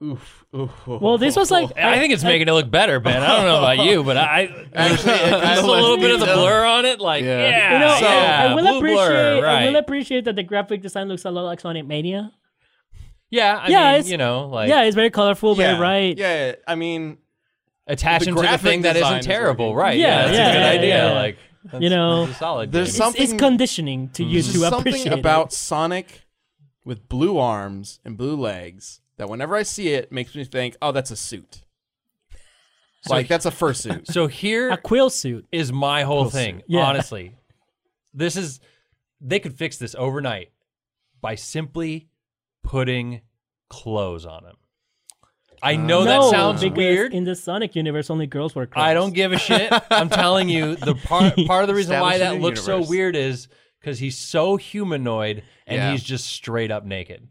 Oof, oof, oof. Well, this was like I I think it's making it look better, Ben. I don't know [LAUGHS] about you, but I actually [LAUGHS] [LAUGHS] just a little bit of the blur on it, like yeah, Yeah. You know, yeah, I, I will blue appreciate. blur, right? I will appreciate that the graphic design looks a lot like Sonic Mania. yeah, I Yeah, mean, it's- you know, like yeah, it's very colorful, yeah, very right. Yeah, yeah, I mean, attach The him to the graphic thing that design isn't is terrible, working. right? Yeah, that's yeah, a good yeah, idea. yeah. Like, that's- You know, that's a solid. There's game. some- It's, it's Something- conditioning to you there's to just appreciate something it. about Sonic with blue arms and blue legs that whenever I see it makes me think, oh, that's a suit. like that's a [LAUGHS] fursuit. So a here quill suit. is my whole thing. Yeah. Honestly, this is they could fix this overnight by simply putting clothes on him. I know no, Oh, that sounds because weird. In the Sonic universe, only girls wear. Clothes. I don't give a shit. I'm telling you, the part part of the reason why Establishing that the looks so universe. weird is because he's so humanoid and Yeah. he's just straight up naked.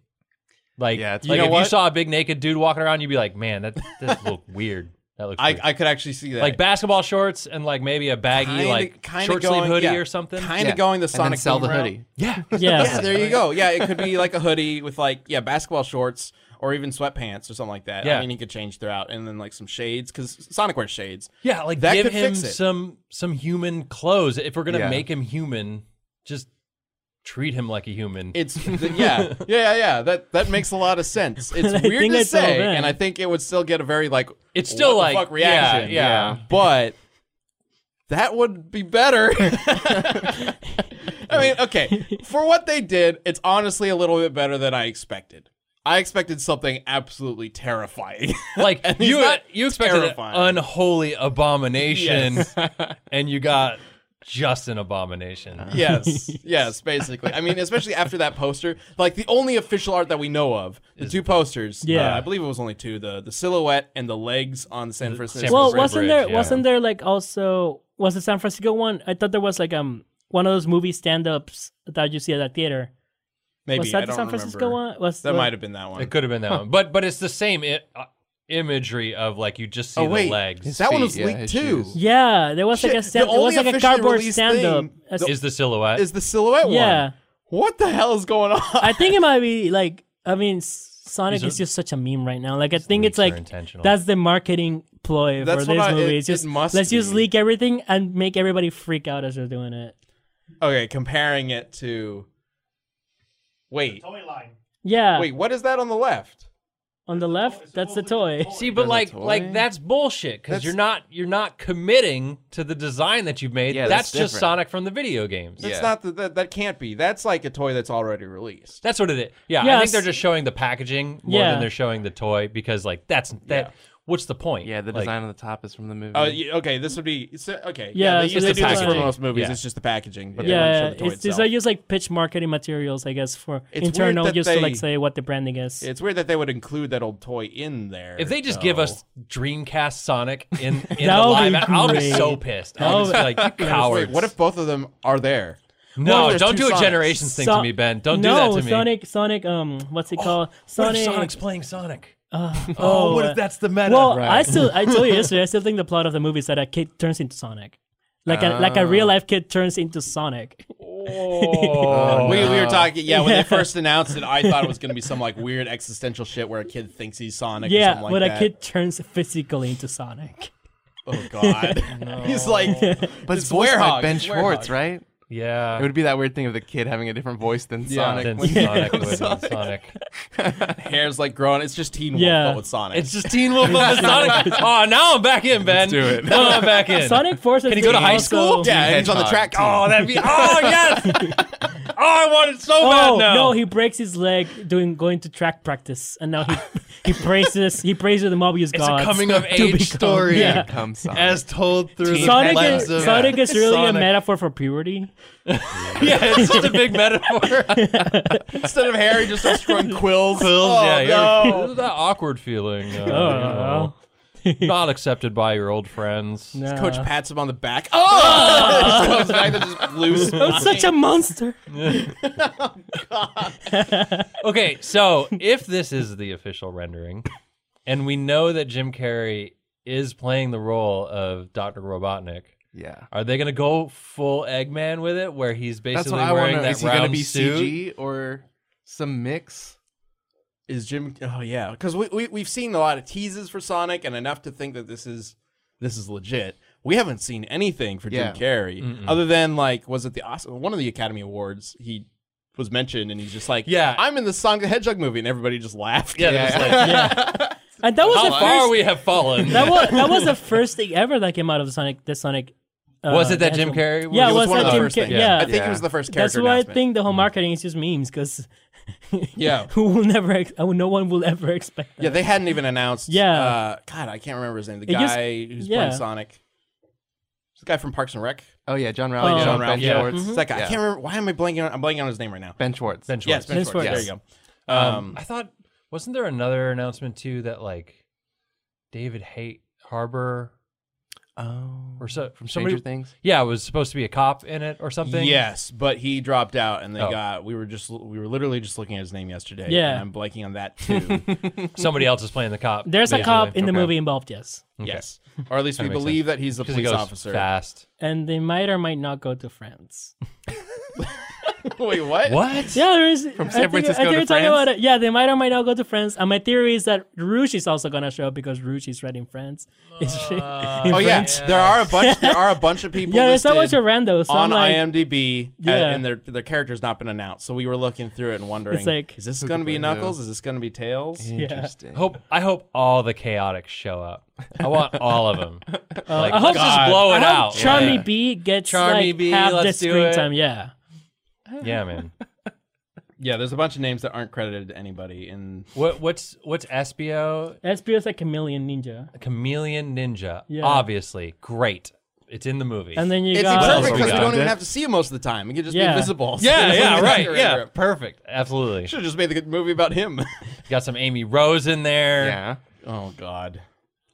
Like, Yeah, it's- like You know if you what? saw a big naked dude walking around, you'd be like, man, that that look weird. That looks I, weird. I could actually see that. like basketball shorts and like maybe a baggy Kinda- like kinda short going- sleeve hoodie yeah. or something. kind of going the Sonic and then sell the Boom route. hoodie. [LAUGHS] yeah, Yeah. Yeah, there you go. Yeah, it could be like a hoodie with like yeah basketball shorts or even sweatpants or something like that. I Yeah. mean, he could change throughout and then like some shades because Sonic wears shades. yeah. Like That give could him fix it. some some human clothes. If we're gonna Yeah. make him human, just treat him like a human. [LAUGHS] It's th- yeah, yeah, yeah, yeah. That that makes a lot of sense. [LAUGHS] It's I weird think to that's all say, then. and I think it would still get a very like It's still what the like, fuck reaction. yeah, yeah. but that would be better. [LAUGHS] I mean, okay, for what they did, it's honestly a little bit better than I expected. I expected something absolutely terrifying. [LAUGHS] Like And he's you, not you expected terrifying. an unholy abomination, and you got just an abomination. yes, yes, basically. I mean, especially after that poster, like the only official art that we know of, the two posters. Yeah. uh, I believe it was only two: the the silhouette and the legs on the San Francisco. San well, Francisco wasn't Bridge, there? yeah. Wasn't there like also was the San Francisco one? I thought there was like um one of those movie stand-ups that you see at that theater. Maybe was I that the don't San Francisco remember. one? Was That the- might have been that one. It could have been that one, but but it's the same i- uh, imagery of like you just see Oh, the wait. legs. that one feet, was yeah, leaked his too. shoes. Yeah, there was like a Shit, stand. the It only was like a officially cardboard released stand-up. thing- As- Is the silhouette? Is the silhouette Yeah. one? What the hell is going on? I think it might be like I mean S- Sonic These are- is just such a meme right now. Like I think leaks it's like are intentional. that's the marketing ploy That's for what this I- movie. it- it's just it must let's just be. leak everything and make everybody freak out as they're doing it. [LAUGHS] okay, comparing it to. Wait, Toy line. Yeah. wait, what is that on the left? on the left, that's the toy. See, but There's a like, toy? like that's bullshit because That's- you're not you're not committing to the design that you've made. Yeah, that's, that's just different. Sonic from the video games. That's Yeah. not the, that. That can't be. That's like a toy that's already released. That's what it is. Yeah, I think Yes. they're just showing the packaging more Yeah. than they're showing the toy because like that's that. What's the point? Yeah, the Like, design on the top is from the movie. Oh, yeah, okay. This would be so, okay. Yeah, they so used to they do do this for packaging. most movies. Yeah. It's just the packaging, but they Yeah, won't show the toy it's, these itself. are just like pitch marketing materials, I guess, for It's weird internal, that just to like they- say what the branding is. It's weird that they would include that old toy in there. If they just give though. us Dreamcast Sonic [LAUGHS] in in That the would live, be act- I'll be great. so pissed. I'll just be [LAUGHS] like, you cowards. Wait, what if both of them are there? no, what if there's don't two do a Sonics? generations thing to So- me, Ben. Don't no, do that to me. Oh, Sonic, Sonic, um, what's it called? What if Sonic. Sonic's playing Sonic? [LAUGHS] oh, Oh, what if that's the meta? [LAUGHS] Well, I still, I [LAUGHS] told you yesterday, I still think the plot of the movie is that a kid turns into Sonic, like a like a real life kid turns [LAUGHS] into Sonic. [LAUGHS] Oh. we, we were talking. Yeah, when they first announced it, I thought it was going to be some like weird existential shit where a kid thinks he's Sonic. or yeah, something like when that. a kid turns physically into Sonic. Oh [LAUGHS] God, he's like, but it's it's voiced Werehog, by Ben it's Schwartz, Werehog. right? yeah. It would be that weird thing of the kid having a different voice than Sonic. Then when- [LAUGHS] Sonic would have been Sonic. hair's like growing. It's just Teen Wolf Yeah. but with Sonic. It's just Teen Wolf of [LAUGHS] the Sonic. Oh, now I'm back in, Ben. Let's do it. Now I'm back in. Sonic forces. Can he go to high school? yeah, and he's on the track. Hedgehog team. Oh, that'd be. Oh yes. oh, I want it so [LAUGHS] Oh bad now. no, he breaks his leg doing going to track practice, and now he [LAUGHS] he praises he praises the Mobius it's gods. a coming of [LAUGHS] to age become- story Yeah. Come Sonic. as told through the Sonic lens is, of Sonic is really Sonic. a metaphor for purity. [LAUGHS] Yeah, it's just a [LAUGHS] big metaphor. Instead of hair, he just starts [LAUGHS] growing quills. Pills, Oh, yeah, no. [LAUGHS] you're- that awkward feeling. Uh, Oh. you know, [LAUGHS] not accepted by your old [LAUGHS] friends. Nah. Coach pats him on the back. Oh! He comes back to [LAUGHS] just loose. I'm such a monster. Okay, so if this is the official rendering, and we know that Jim Carrey is playing the role of Doctor Robotnik. yeah. Are they gonna go full Eggman with it, where he's That's basically what I wearing want to that Is he round going to be suit? CG or some mix? Is Jim? Oh yeah, because we, we we've seen a lot of teases for Sonic and enough to think that this is this is legit. We haven't seen anything for Yeah. Jim Carrey other than like was it the Os- one of the Academy Awards he was mentioned and he's just like Yeah. I'm in the Sonic the Hedgehog movie and everybody just laughed Yeah, Yeah. yeah. Like, And that was how the far first. we have fallen. [LAUGHS] That was that was the first thing ever that came out of the Sonic. The Sonic. uh, Was it that the Jim actual- Carrey? Yeah, it was was one of that the Jim first Carrey? things. Yeah. I think it was the first That's character why I announcement. think the whole marketing is just memes because Yeah. [LAUGHS] who will never ex- oh, no one will ever expect that. yeah, they hadn't even announced. Yeah. uh, God, I can't remember his name. The It just- guy who's yeah. playing Sonic. The guy from Parks and Rec. Oh, yeah. John Rowley. Oh. John John Ralph. Ben yeah. Schwartz. It's that guy. I Yeah. can't remember. Why am I blanking on? I'm blanking on his name right now. Ben Schwartz. Ben Yes, Schwartz. Ben Ben Schwartz. Schwartz. There Yes. you go. Um, I thought wasn't there another announcement too that like David Hate Harbor Oh. or so from somebody? Stranger Things. Yeah, was supposed to be a cop in it or something. Yes, but he dropped out, and they Oh. got. We were just we were literally just looking at his name yesterday. Yeah. and I'm blanking on that too. [LAUGHS] somebody else is playing the cop. There's a cop in the Okay. movie involved, yes, Yes, or at least we That makes believe that he's a because he police goes officer. fast. and they might or might not go to France. [LAUGHS] Wait, what? What? Yeah, there is. From San Francisco to France? About it. Yeah, they might or might not go to France. And my theory is that Rouge is also gonna show up because Rouge is read in France. Is she- in Oh yeah, French. there are a bunch. There are a bunch of people. yeah. There's so much listed of randos. So on I'm like, IMDb, a- Yeah. and their their character's not been announced. So we were looking through it and wondering, It's like- is this going to be could play who? Knuckles? Is this going to be Tails? Interesting. Hope I hope all the chaotics show up. I want all of [LAUGHS] them. uh, like, I hope- let's just blow it I hope out. Charmy yeah. B gets Charmy like B, half the let's do screen it. time. Yeah. Yeah, man. Yeah, there's a bunch of names that aren't credited to anybody. And What what's what's Espio? Espio is a chameleon ninja. Chameleon Ninja. Yeah. Obviously, great. It's in the movie. And then you it's got perfect we because we got? don't even have to see him most of the time. He can just be Yeah. invisible. [LAUGHS] [LAUGHS] yeah, yeah, right, yeah, perfect, absolutely. Should have just made the good movie about him. [LAUGHS] Got some Amy Rose in there. Yeah. oh God.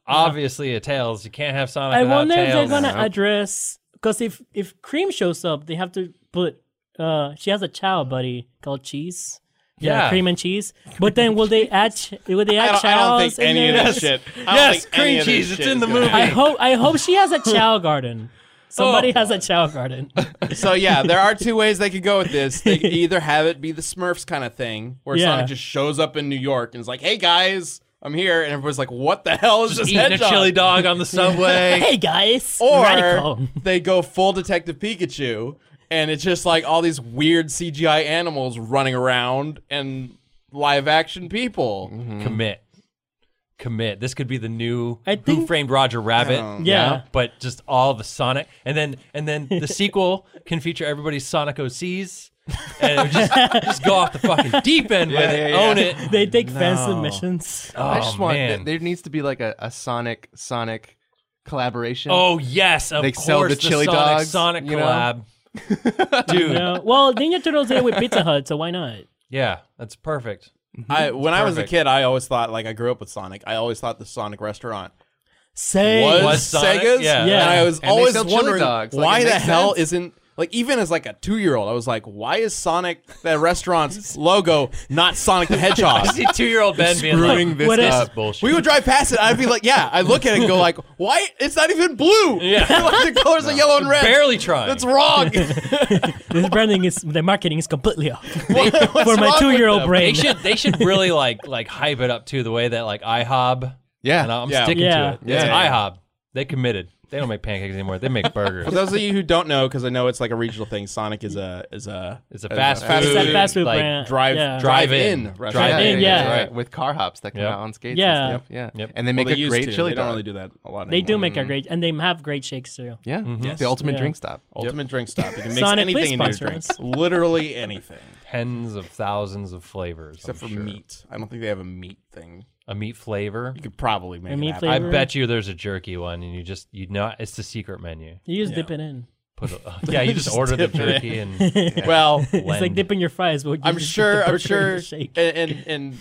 Obviously, a tails. You can't have Sonic I without wonder if tails. they're gonna address because if if Cream shows up, they have to put. Uh, she has a child buddy called Cheese. Yeah, Yeah. cream and cheese. But then will they add? Ch- will they I add don't, I don't chows think in any of [LAUGHS] there? that shit. I don't Yes, think any cream of this cheese, it's shit in is the gonna movie. I happen. hope. I hope she has a chow garden. Somebody Oh. has a [LAUGHS] chow garden. So yeah, there are two ways they could go with this. [LAUGHS] They could either have it be the Smurfs kind of thing, where Yeah. Sonic just shows up in New York and is like, "Hey guys, I'm here," and everyone's like, "What the hell is this Eating a hedgehog?" chili dog [LAUGHS] on the [LAUGHS] [LAUGHS] subway. hey guys, Or radical. they go full Detective Pikachu, and it's just like all these weird CGI animals running around and live action people. Commit, commit. This could be the new I Who think- Framed Roger Rabbit. Oh. Yeah. Yeah. but just all the Sonic, and then and then [LAUGHS] the sequel can feature everybody's Sonic OCs, and it would just just go off the fucking deep end with it, yeah, yeah. own it. They take fan No. submissions. Oh I just want man. there needs to be like a, a Sonic Sonic collaboration. Oh yes, of They course. sell the chili Sonic, dogs, Sonic you know? collab, [LAUGHS] dude. No. Well, Ninja Turtles did it with Pizza Hut, so why not? Yeah, that's perfect. I, when I was a perfect. kid, I always thought like I grew up with Sonic. I always thought the Sonic restaurant Say was, Was Sonic? Sega's. Yeah. And I was And they always sell chili wondering dogs, like, why it the makes hell sense. isn't like even as like a two year old, I was like, why is Sonic [LAUGHS] that restaurant's logo not Sonic the [LAUGHS] Hedgehog? I see two-year-old Ben being Screwing like, this "What is up." bullshit." We would drive past it. I'd be like, yeah. I look at it and go like, why? It's not even [LAUGHS] blue. Yeah. like the colors are yellow and red. barely trying. That's [LAUGHS] wrong. This branding is the marketing is [LAUGHS] completely off for For my two-year-old They brain. should they should really like like hype it up too the way that like IHOB. Yeah. and I'm Yeah. sticking Yeah. to it. It's Yeah. IHOB. They committed. They don't make pancakes anymore. [LAUGHS] They make burgers. For those of you who don't know, because I know it's like a regional thing, Sonic is a is a It's a fast a food, It's that fast food like, brand. drive Yeah. drive-in Drive-in. restaurant. yeah, Drive-in, yeah. that's Right. with car hops that come Yep. out on skates. Yeah. and stuff. yeah, Yep. And they Well, make they a used great to. chili They dog. don't really do that a lot. They do anymore. make a great, and they have great shakes too. Yeah, Mm-hmm. Yes. the ultimate Yeah. drink stop. Ultimate drink stop. You can mix Sonic, please anything into your sponsor drinks. us. Literally anything. tens of thousands of flavors, Except I'm for sure. meat. I don't think they have a meat thing. A meat flavor. You could probably make A it meat happen. flavor? I bet you there's a jerky one, and you just you know it's the secret [LAUGHS] menu. You just dip it in. Put Oh, a, yeah, you just, Just order the dip it jerky and Well, [LAUGHS] It's like blend. dipping your fries. But you I'm just dip sure. the I'm burger in sure. the shake. And, and and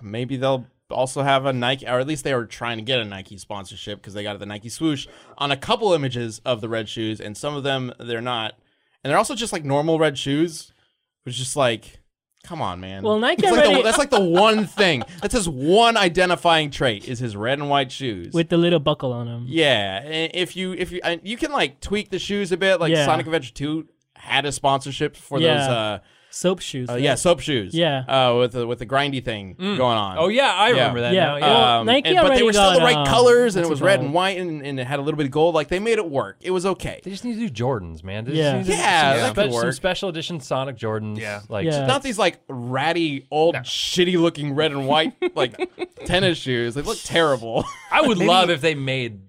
maybe they'll also have a Nike, or at least they were trying to get a Nike sponsorship because they got the Nike swoosh on a couple images of the red shoes, and some of them they're not, and they're also just like normal red shoes, which is just like. Come on, man. Well, Nike It's like the- already- that's like [LAUGHS] the one thing. That's his one identifying trait is his red and white shoes. with the little buckle on them. Yeah, and if you if you and you can like tweak the shoes a bit, like Yeah. Sonic Adventure Two had a sponsorship for those Yeah. uh, Soap shoes. Oh, uh right? yeah soap shoes Yeah. uh with the with the grindy thing going on oh yeah, I Yeah. remember that. Yeah. Now, Uh, yeah. Well, Nike and- but they already were still got, the right um, colors and it what's it was red and called? white and, and it had a little bit of gold like they made it work it was okay they just need to do Jordans, man. They Yeah. just need to do Yeah, some, that could spe- some work. special edition Sonic Jordans. Yeah. like Yeah. not these like ratty old shitty looking red and [LAUGHS] white like tennis shoes they look terrible [LAUGHS] I would love if they made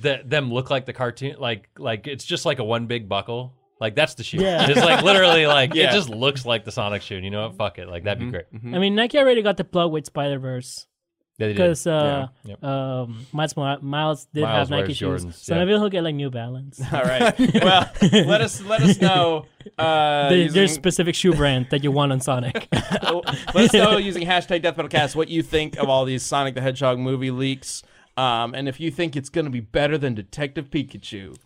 the, them look like the cartoon, like like it's just like a one big buckle. Like that's the shoe. Yeah. It's like literally like Yeah. Mm-hmm. it just looks like the Sonic shoe. And you know what? Fuck it. Like that'd be great. I mean, Nike already got the plug with Spider Verse Yeah, they did. because uh, Yeah. Yep. um, Miles, Mor- Miles did Miles have Nike wears shoes, Jordans, so yeah. maybe he'll get like New Balance. all [LAUGHS] right well let us let us know uh There- using- Oh. There's specific shoe brand that you want [LAUGHS] on Sonic. Let us know using hashtag Death Metal Cast what you think of all these Sonic the Hedgehog movie leaks, um, and if you think it's going to be better than Detective Pikachu.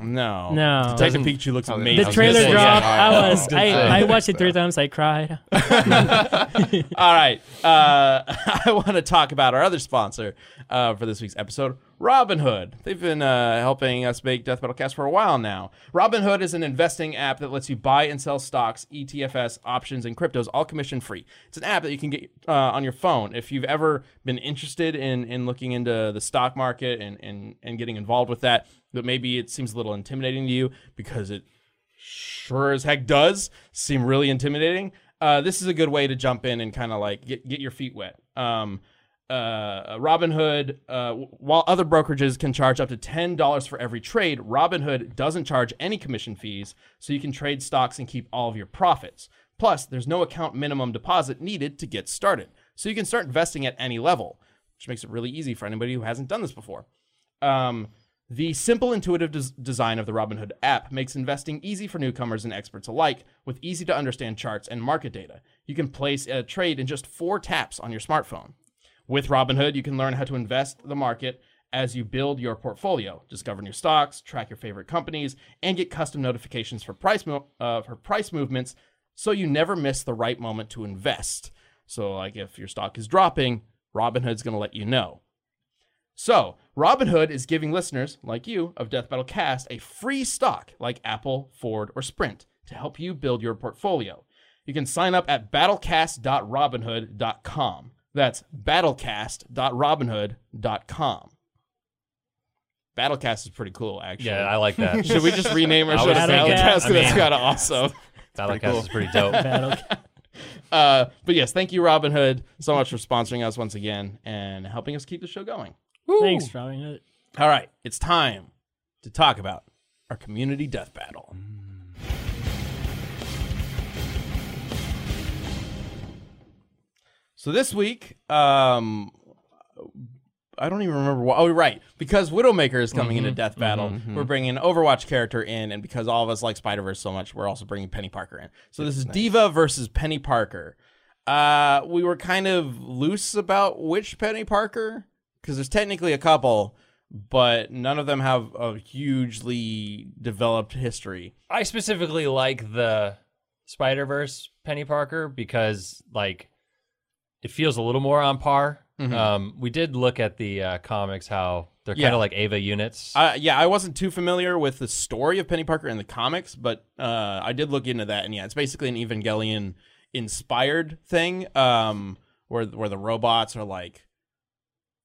No, No. Detective Picchu Pikachu looks amazing. the I was trailer gonna say, dropped. yeah. I was. gonna say. I, I watched it three times. I cried. [LAUGHS] All right, uh, [LAUGHS] I want to talk about our other sponsor uh, for this week's episode, Robinhood. They've been uh, helping us make Death Metal Cast for a while now. Robinhood is an investing app that lets you buy and sell stocks, E ETFs, options, and cryptos, all commission free. It's an app that you can get uh, on your phone. If you've ever been interested in in looking into the stock market and and and getting involved with that, but maybe it seems a little intimidating to you because it sure as heck does seem really intimidating. Uh, this is a good way to jump in and kind of like get, get your feet wet. Um, uh, Robinhood, uh, w- while other brokerages can charge up to $10 for every trade, Robinhood doesn't charge any commission fees, so you can trade stocks and keep all of your profits. Plus, there's no account minimum deposit needed to get started, so you can start investing at any level, which makes it really easy for anybody who hasn't done this before. Um, the simple, intuitive des- design of the Robinhood app makes investing easy for newcomers and experts alike, with easy to understand charts and market data. You can place a trade in just four taps on your smartphone. With Robinhood, you can learn how to invest the market as you build your portfolio, discover new stocks, track your favorite companies, and get custom notifications for price mo- uh, for price movements, so you never miss the right moment to invest. So, like if your stock is dropping, Robinhood's going to let you know. So, Robinhood is giving listeners like you of Death Battle Cast a free stock like Apple, Ford, or Sprint to help you build your portfolio. You can sign up at battlecast.robinhood.com. That's battlecast.robinhood.com. Battlecast is pretty cool, actually. Yeah, I like [LAUGHS] that. Should we just rename our I show to would say Battlecast? [LAUGHS] that. I mean- That's kind of awesome. Battle cool. is pretty dope. Battle Uh, but yes, thank you, Robinhood, so much for sponsoring us once again and helping us keep the show going. Thanks, Robin. All right, it's time to talk about our community death battle. So this week, um, I don't even remember what. Oh, right, because Widowmaker is coming into Death Battle, we're bringing an Overwatch character in, and because all of us like Spider Verse so much, we're also bringing Penny Parker in. So this is Diva versus Penny Parker. Uh, we were kind of loose about which Penny Parker, because there's technically a couple, but none of them have a hugely developed history. I specifically like the Spider Verse Penny Parker because like it feels a little more on par. Um, we did look at the uh, comics how they're kind Mm-hmm. Yeah. of like Ava units. Uh, yeah, I wasn't too familiar with the story of Penny Parker in the comics, but uh, I did look into that, and yeah, it's basically an Evangelion inspired thing, um, where where the robots are like.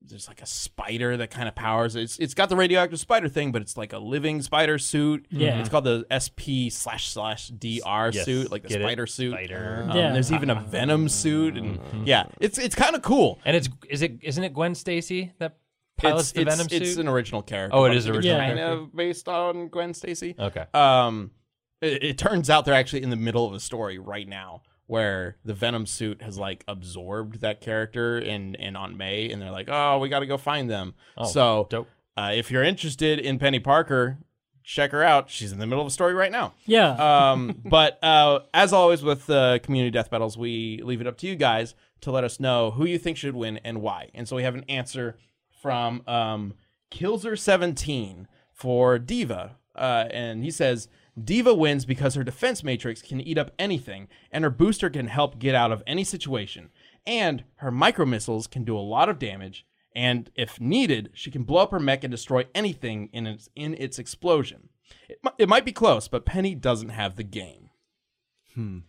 There's like a spider that kind of powers it. It's, it's got the radioactive spider thing, but it's like a living spider suit. Yeah. It's called the SP slash slash DR Yes. suit, like the Get it? spider suit. Spider. Mm-hmm. Um, Yeah. There's even a venom suit, and yeah, it's it's kind of cool. and it's is it isn't it Gwen Stacy that pilots it's, the it's, Venom it's suit? an original character. Oh, it but is it's original Kind character. of based on Gwen Stacy. okay. Um, it, it turns out they're actually in the middle of a story right now where the Venom suit has like absorbed that character in and on May, and they're like, oh, we got to go find them. Oh, so dope. Uh, if you're interested in Penny Parker, check her out. She's in the middle of a story right now. Yeah. [LAUGHS] Um, but uh, as always with uh, community death battles, we leave it up to you guys to let us know who you think should win and why. And so we have an answer from um, Kilzer17 for Diva. Uh, and he says Diva wins because her defense matrix can eat up anything, and her booster can help get out of any situation. And her micro missiles can do a lot of damage. And if needed, she can blow up her mech and destroy anything in its, in its explosion. It, mi- it might be close, but Penny doesn't have the game. Hmm.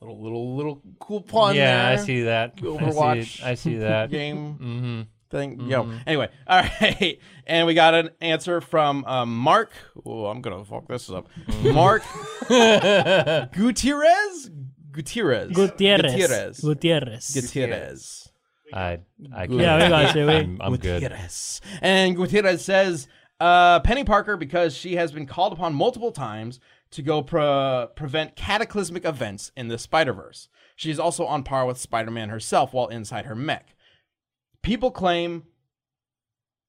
Little little little cool pun yeah, I there. see Mm-hmm. that. Overwatch. I see, I see [LAUGHS] that. Game thing. Yo. Anyway, all right, [LAUGHS] and we got an answer from um, Mark. Oh, I'm gonna fuck this up. Mm-hmm. [LAUGHS] Mark Gutierrez. Gutierrez. Gutierrez. Gutierrez. Gutierrez. Gutierrez. I, I Good. yeah, we can't. got you. We, I'm, I'm good. Gutierrez. And Gutierrez says uh, Penny Parker because she has been called upon multiple times to go pre- prevent cataclysmic events in the Spider Verse. She is also on par with Spider Man herself while inside her mech. People claim.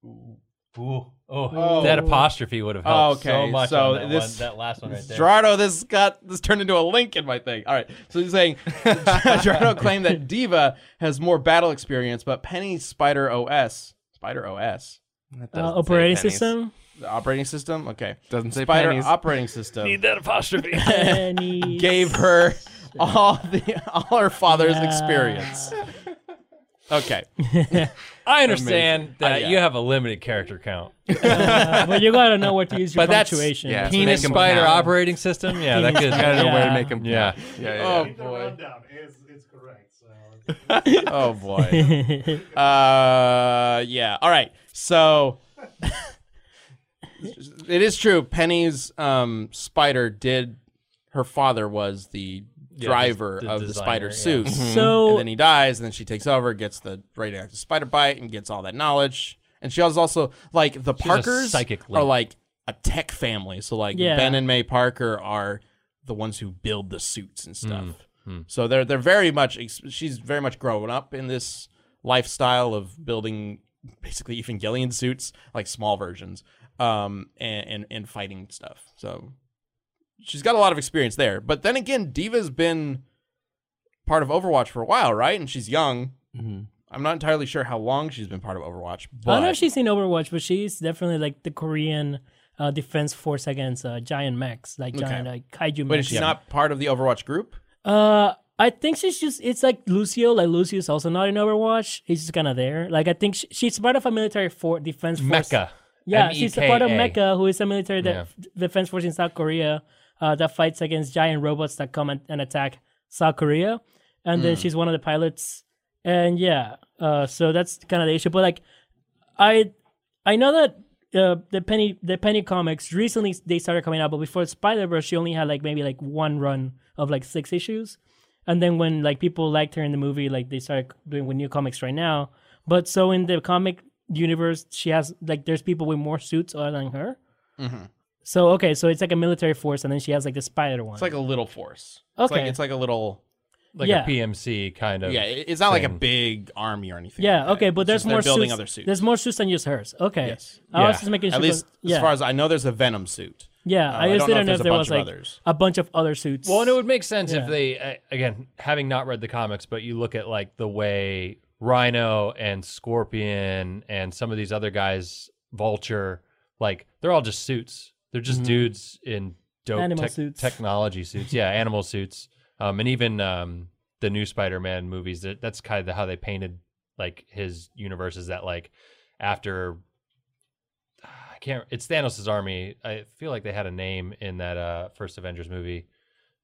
Oh, Oh. that apostrophe would have helped Okay, so much. so on that, this- one, that last one right there. Gerardo, this got this turned into a link in my thing. All right, so he's [LAUGHS] saying Gerardo claimed that Diva has more battle experience, but Penny's Spider OS, Spider OS, That uh, doesn't say operating pennies. system. the operating system. Okay, Doesn't say Spider pennies. operating system. that apostrophe. [LAUGHS] Pennies. gave her [LAUGHS] all the all her father's Yeah. experience. Okay. I understand that Uh, yeah. you have a limited character count. [LAUGHS] Uh, but you gotta know where [LAUGHS] to use your But that's- punctuation. yeah. That's Penis amazing. spider Wow. operating system. Yeah, that could. I don't know where to Yeah. make them. Yeah. Yeah. yeah, Oh yeah. The boy. rundown is, is correct. So Oh boy. Uh yeah. All right. So [LAUGHS] it is true Penny's um spider did her father was the the- driver the of the designer, spider yeah. suit. and Mm-hmm. so then he dies, and then she takes over, gets the radioactive spider bite, and gets all that knowledge. And she was also like the a Parkers psychic link. are like a tech family, so like Yeah. Ben and May Parker are the ones who build the suits and stuff. So they're they're very much ex- she's very much growing up in this lifestyle of building basically Evangelion suits, like small versions, um, and and, and fighting stuff. So she's got a lot of experience there. But then again, Diva's been part of Overwatch for a while, right? And she's young. I'm not entirely sure how long she's been part of Overwatch, but I don't know if she's in Overwatch, but she's definitely like the Korean uh, defense force against uh, giant mechs, like giant like kaiju but is mechs. she not part of the Overwatch group? Uh, I think she's just it's like Lucio. Like Lucio's also not in Overwatch. He's just kind of there. Like I think she, she's part of a military for defense force. Mecca. Yeah, she's a part of M E K A. Mecca, who is a military de- defense force in South Korea uh, that fights against giant robots that come and, and attack South Korea. And Hmm. then she's one of the pilots. And yeah, uh, so that's kind of the issue. But like, I I know that uh, the Penny the Penny comics recently they started coming out, but before Spider Verse, she only had like maybe like one run of like six issues, and then when like people liked her in the movie, like they started doing with new comics right now. But so in the comic universe, she has like there's people with more suits other than her. Mm-hmm. So okay, so it's like a military force, and then she has like the spider one. It's like a little force. It's Okay. like, it's like a little. Like a Yeah. PMC kind of. Yeah, it- it's not like a thing. big army or anything. yeah, like that. okay, but It's there's just they're more building suits. other suits. There's more suits than just hers. Okay, Yes. I was Yeah. just making sure. At least yeah. as far as I know, there's a Venom suit. yeah, Uh, I just didn't know if, there's a there bunch was of like others. a bunch of other suits. Well, and it would make sense Yeah. if they, uh, again, having not read the comics, but you look at like the way Rhino and Scorpion and some of these other guys, Vulture, like they're all just suits. They're just dudes in dope Mm-hmm. Animal tech- suits. [LAUGHS] technology suits. Yeah, animal suits. Um, and even um, the new Spider-Man movies. That, that's kind of how they painted like his universe. Is that like after ah, I can't. It's Thanos' army. I feel like they had a name in that uh, first Avengers movie.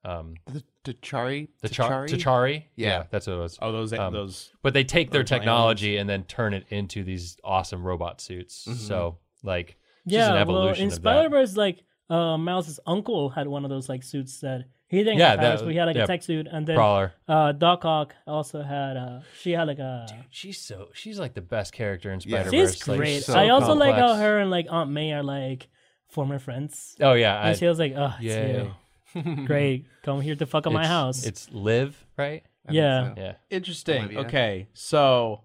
Um, The Tachari? the Char- T'Chari. Yeah. that's what it was. Oh, those Um, those. But they take their Those giant technology and then turn it into these awesome robot suits. So like, it's just yeah, an well, evolution in of that. Spider Verse, like uh, Miles' uncle had one of those like suits that he didn't Yeah, have powers, that- but he had like yeah. a tech suit, and then Brawler. uh, Doc Ock also had uh, she had like a. She's so she's like the best character in Yeah. Spider Verse. She's great. so I also like how complex. her and like Aunt May are like former friends, Oh yeah, I, and she was like, "Oh, it's yeah. [LAUGHS] you. great, come here to fuck up my It's- house." It's Liv, right? Oh. yeah, Yeah. Interesting. Olivia. Okay, so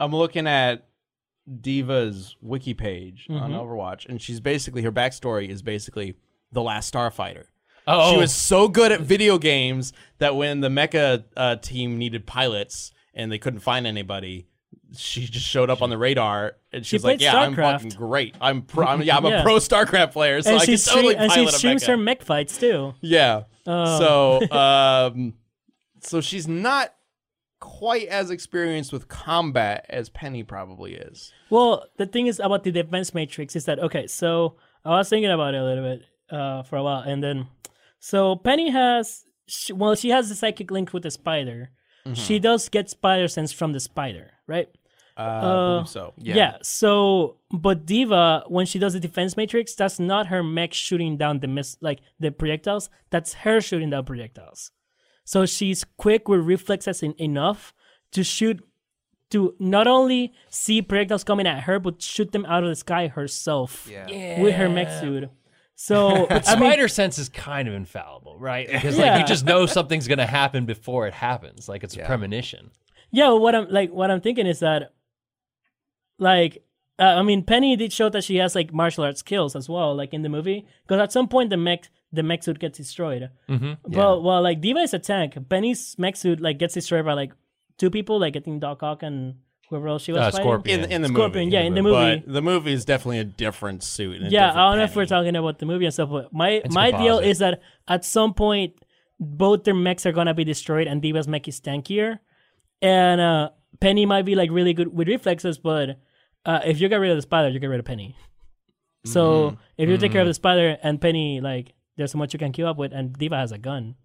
I'm looking at Diva's wiki page Mm-hmm. on Overwatch, and she's basically her backstory is basically the last Starfighter. Oh, She was so good at video games that when the Mecha uh, team needed pilots and they couldn't find anybody, she just showed up on the radar and she, She was like, played "Yeah, I'm StarCraft. fucking great. I'm, pro- I'm yeah, I'm [LAUGHS] Yeah. a pro StarCraft player, so and I she can stre- totally and pilot she a streams Mecha." her mech fights too. Yeah. Oh. [LAUGHS] So, um, so she's not quite as experienced with combat as Penny probably is. Well, the thing is about the defense matrix is that okay. So I was thinking about it a little bit uh, for a while, and then so Penny has she, well, she has the psychic link with the spider. She does get spider sense from the spider, right? Uh, I Oh. believe so Yeah. So, but Diva, when she does the defense matrix, that's not her mech shooting down the miss like the projectiles. That's her shooting down projectiles. So she's quick with reflexes in, enough to shoot to not only see projectiles coming at her, but shoot them out of the sky herself with her mech suit. So I mean, spider sense is kind of infallible, right? Because like Yeah. you just know something's gonna happen before it happens. Like it's a premonition. yeah but what i'm like what i'm thinking is that like uh, i mean penny did show that she has like martial arts skills as well like in the movie because at some point the mech the mech suit gets destroyed mm-hmm. well well like diva is a tank penny's mech suit like gets destroyed by like two people like i think doc ock and whoever else she was Uh, fighting. Scorpion. in in the Scorpion, movie. yeah, in the movie. but the movie is definitely a different suit. and a yeah different i don't know if Penny. we're talking about the movie and stuff but my my deal composite. is that at some point both their mechs are gonna be destroyed and diva's mech is tankier and uh penny might be like really good with reflexes but uh if you get rid of the spider you get rid of penny Mm-hmm. so if you take care of the spider and penny like there's so much you can queue up with and diva has a gun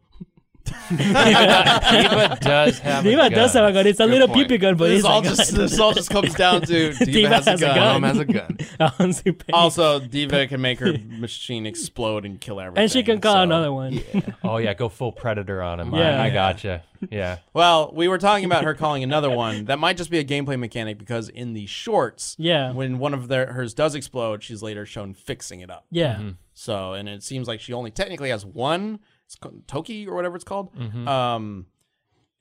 Diva does have. diva a does gun. have a gun it's a little point. peepee gun but This it's all a gun. [LAUGHS] just [LAUGHS] this all just comes down to Diva, has, a gun. Mom has [LAUGHS] a gun. Honestly, Penny- Also, [LAUGHS] Diva can make her machine explode and kill everything. and she can call so- another one Oh yeah, go full predator on him. Yeah. I, I gotcha. Yeah. Well, we were talking about her calling another one. That might just be a gameplay mechanic because in the shorts, Yeah. when one of their hers does explode, she's later shown fixing it up. [LAUGHS] yeah So, and it seems like she only technically has one. it's called Toki or whatever it's called. Um,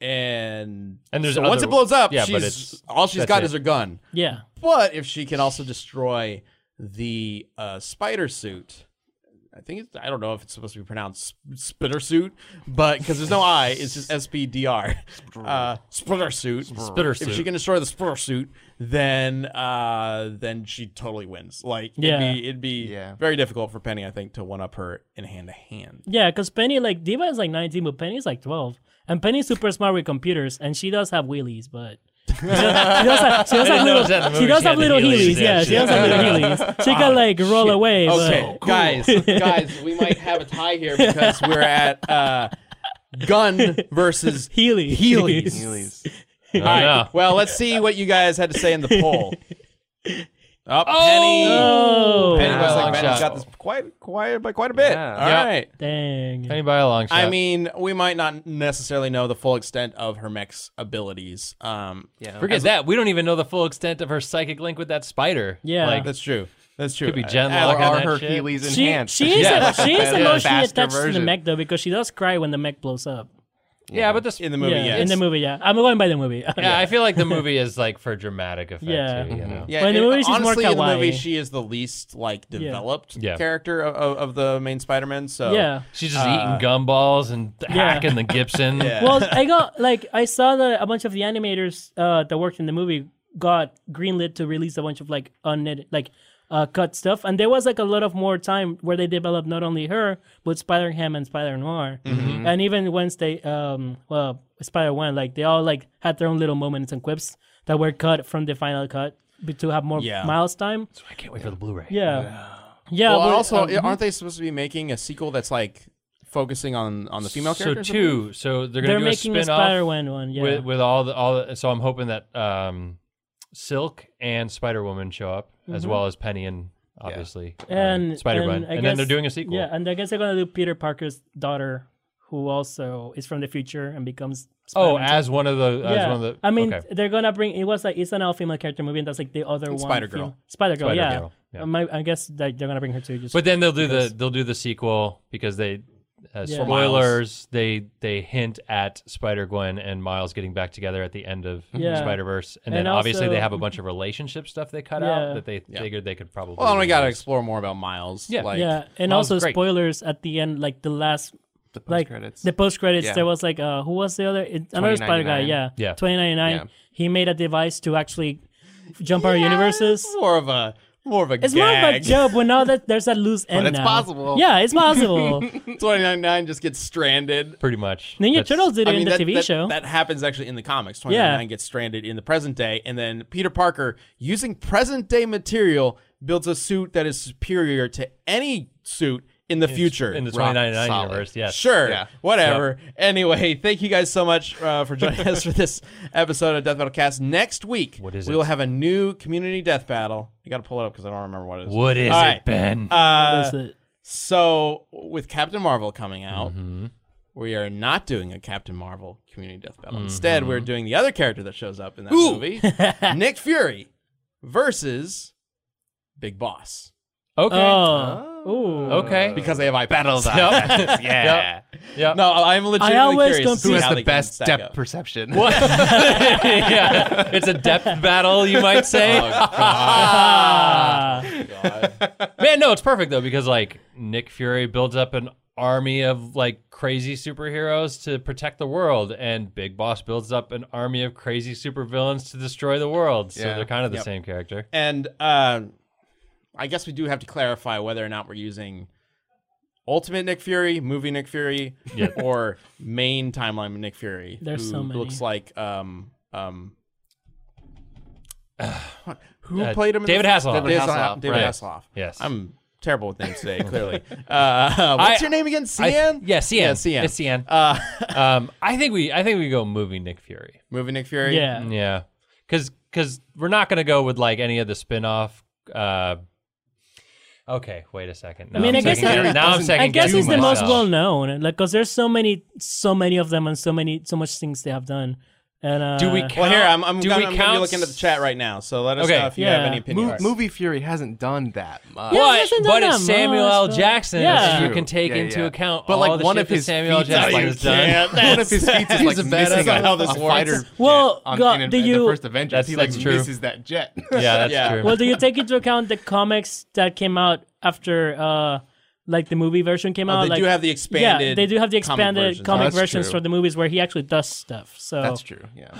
and Mm-hmm. And there's so once other- it blows up, yeah, but she's it's- all she's that's got it. is her gun. Yeah. But if she can also destroy the uh, spider suit, I think it's, I don't know if it's supposed to be pronounced sp- spitter suit, but because there's no I, it's just S P D R. Uh, splitter suit. Spitter If she suit. can destroy the splitter suit, then uh, then she totally wins. Like Yeah. it'd be, it'd be Yeah. very difficult for Penny, I think, to one up her in hand to hand. Yeah, because Penny, like, Diva is like 19, but Penny's like 12. And Penny's super smart with computers, and she does have wheelies, but. [LAUGHS] she does have, she does I have didn't know it little, was that in the she movie. does She have had little the heelys. heelys, Yeah, yeah, she she- does have little [LAUGHS] heelys. She can like roll away. Okay, But, guys, guys, we might have a tie here because we're at uh, gun versus Heelys. Heelys. [LAUGHS] Heelys. [LAUGHS] Oh, All right. no. Well, let's see what you guys had to say in the poll. [LAUGHS] Oh, Penny. Oh, Penny by a long Wow. shot. got this quite, quite, by quite a bit. Yeah. All Yeah. right. dang. Penny by a long shot. I mean, we might not necessarily know the full extent of her mech's abilities. Um, Yeah. forget that. We don't even know the full extent of her psychic link with that spider. Yeah. Like, that's true. That's true. Could be Gen Uh, Lock Or Look at are that her shit. Heelys She, enhanced? she is, Yeah. she is Better, emotionally faster attached to the version. mech though because she does cry when the mech blows up. yeah, but this in the movie, yeah, yes. in the movie, yeah. I'm going by the movie. Yeah, I feel like [LAUGHS] the movie is like for dramatic effect. Yeah. Too, you know? Mm-hmm. Yeah, Well, in the and movie, she's more honestly, in the movie, kawaii. she is the least like developed Yeah. character of, of, of the main Spider-Man. So [LAUGHS] yeah. She's just eating gumballs and hacking the [LAUGHS] Gibson. Yeah. Well, I got like I saw that a bunch of the animators uh, that worked in the movie got greenlit to release a bunch of like unknit like uh, cut stuff, and there was like a lot of more time where they developed not only her but Spider Ham and Spider Noir, and even once they um well Spider One like they all like had their own little moments and quips that were cut from the final cut be- to have more Yeah. miles time. I can't wait for the Blu-ray. Yeah. Yeah. Well, but, and also, um, aren't they supposed to be making a sequel that's like focusing on on the female So characters? two. So they're gonna they're do making a a Spider spin-off Man one. Yeah. with with all the all. The, so I'm hoping that um, Silk and Spider Woman show up as well as Penny and obviously Mm-hmm. and Spider Man, and, I Um, and then they're guess- doing a sequel. Yeah, and I guess they're gonna do Peter Parker's daughter, who also is from the future and becomes. Oh, Spider-Man. as one of the, as yeah. one of the. I mean, okay. they're gonna bring. It was like it's an all female character movie, and that's like the other one. Spider-Girl. Spider Girl. Yeah. Spider-Girl, yeah. Uh, my- I guess that they're gonna bring her too. Just but then they'll do the they'll do the sequel because they uh, Yeah. spoilers they they hint at Spider Gwen and Miles getting back together at the end of Yeah. Spider Verse, and, then And obviously also- they [LAUGHS] have a bunch of relationship stuff they cut Yeah. out that they figured they could probably. Well, and we got to reuse. explore more about Miles. Yeah. like, yeah, and Miles also is great. spoilers at the end, like the last. The post Like credits. the post credits, Yeah. there was like uh, who was the other it, another Spider guy? 2099. Yeah, Yeah. twenty ninety nine. Yeah. He made a device to actually jump our Yeah, universes. it's More of a more of a It's gag. more of [LAUGHS] a joke, but now that there's that loose end it's now. possible. Yeah, it's [LAUGHS] possible. 2099 just gets stranded. pretty much. Ninja That's- Turtles did it I mean, in the that, TV that- show. that happens actually in the comics. 2099 gets stranded in the present day, and then Peter Parker, using present day material, builds a suit that is superior to any suit in the future. in the Rock 2099 solid. universe. Yes. Sure. Yeah. Whatever. Anyway, [LAUGHS] thank you guys so much uh, for joining us for this episode of Death Battle Cast. Next week, What is we it? will have a new community death battle. You got to pull it up because I don't remember what it is. What is All it, right. Ben? Uh, That's it. so, with Captain Marvel coming out, Mm-hmm. we are not doing a Captain Marvel community death battle. Mm-hmm. Instead, we're doing the other character that shows up in that [LAUGHS] movie Nick Fury versus Big Boss. okay. Oh. Ooh. okay. Because [LAUGHS] they have eye battles. [LAUGHS] Yep. [LAUGHS] yeah. Yep. No, I'm legitimately always curious. to see Who how has they the can best stack [LAUGHS] depth up. perception? yeah. It's a depth battle, you [LAUGHS] might say. Oh, Oh Ah. Man, no, it's perfect though because like Nick Fury builds up an army of like crazy superheroes to protect the world, and Big Boss builds up an army of crazy supervillains to destroy the world. So Yeah. they're kind of the Yep. same character. And uh, I guess we do have to clarify whether or not we're using Ultimate Nick Fury, movie Nick Fury, or main timeline Nick Fury. There's who so many. Looks like um um. [SIGHS] what- Who Uh, played him? in David the- Hasselhoff. David Hasselhoff, Hasselhoff. David right. Hasselhoff. Yes. I'm terrible with names [LAUGHS] today. Clearly. uh, what's I- your name again? Cian. I- yeah, Cian. Yeah, Cian. It's Cian. Uh, um, I think we I think we go movie Nick Fury. movie Nick Fury. Yeah. Yeah, because we're not gonna go with like any of the spin-off. Uh, okay, wait a second. Now I mean, I'm I guess second- that- now I'm doesn't second I guess do it's the guessing most myself. well known, like, cause there's so many, so many of them, and so many, so much things they have done. And uh, Do we count? Well, here I'm. I'm, do gonna, we I'm count? gonna be looking at the chat right now. So let us Okay. know if you Yeah. have any Mo- opinions. Movie Fury hasn't done that much. Yeah, he But, hasn't done but that Oh, it's Samuel much, L. though. Jackson. Yeah. so you can take Yeah, into yeah. account But all like the one shit of that his Samuel L. feats, like, Jackson you has done. can't. one of his feats is like He's a badass. missing That's a, not how this a works. fighter Well, jet on, go- in, a- do in you- the first Avengers. That's- he like that's true. misses that jet. [LAUGHS] Yeah, that's Yeah. true. well, do you take into account the comics that came out after, uh, like the movie version came Oh, out? they like, do have the expanded. Yeah, they do have the comic expanded versions. comic, That's versions true. for the movies where he actually does stuff. So that's true. Yeah,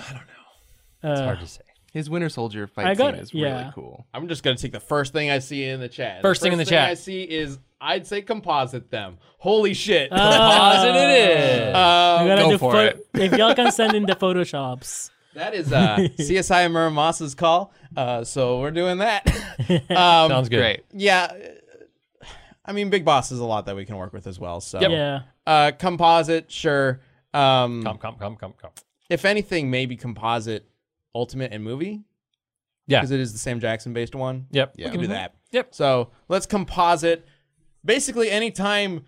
it's hard to say. his Winter Soldier fight I got scene it, is yeah. really cool. I'm just gonna take the first thing I see in the chat. First thing in the chat. I see is I'd say composite them. Holy shit! Oh. Composite Oh, it is. You Um, gotta Go do for pho- it. [LAUGHS] If y'all can send in the photoshops. that is uh, [LAUGHS] CSI Muramasa's call. Uh, so we're doing [LAUGHS] that. um, Sounds good. Great. yeah. uh, I mean, Big Boss is a lot that we can work with as well. So Yeah. uh, composite, sure. Um, Come, come, come, come, come. if anything, maybe composite, ultimate, and movie. Yeah. because it is the Sam Jackson based one. Yep. we can do that. Mm-hmm. Yep. So let's composite. Basically, anytime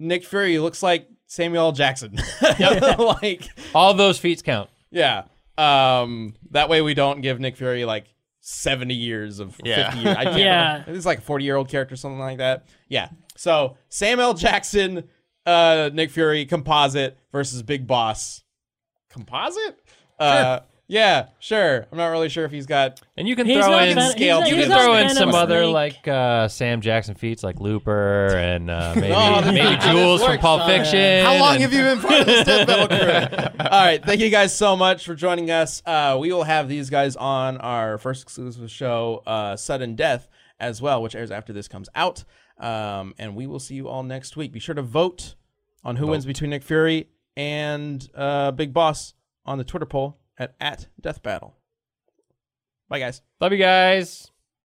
Nick Fury looks like Samuel L. Jackson, [LAUGHS] like All those feats count. yeah. Um, that way we don't give Nick Fury like seventy years of or Yeah. fifty years. I can't Yeah. remember. It's like a forty year old character, something like that. Yeah. So Sam L. Jackson, uh, Nick Fury composite versus Big Boss composite. Uh, yeah, sure. I'm not really sure if he's got. And you can He's throw not in gonna- scale. you he's can not throw gonna in some other sneak. like uh, Sam Jackson feats like Looper and uh, maybe Oh, this- maybe this Jules from works, Pulp huh? Fiction. How long and- have you been part of this Death Metal crew? All right, thank you guys so much for joining us. Uh, we will have these guys on our first exclusive show, uh, Sudden Death, as well, which airs after this comes out. Um, and we will see you all next week. Be sure to vote on who wins between Nick Fury and uh, Big Boss on the Twitter poll at, at Death Battle. Bye, guys. Love you guys.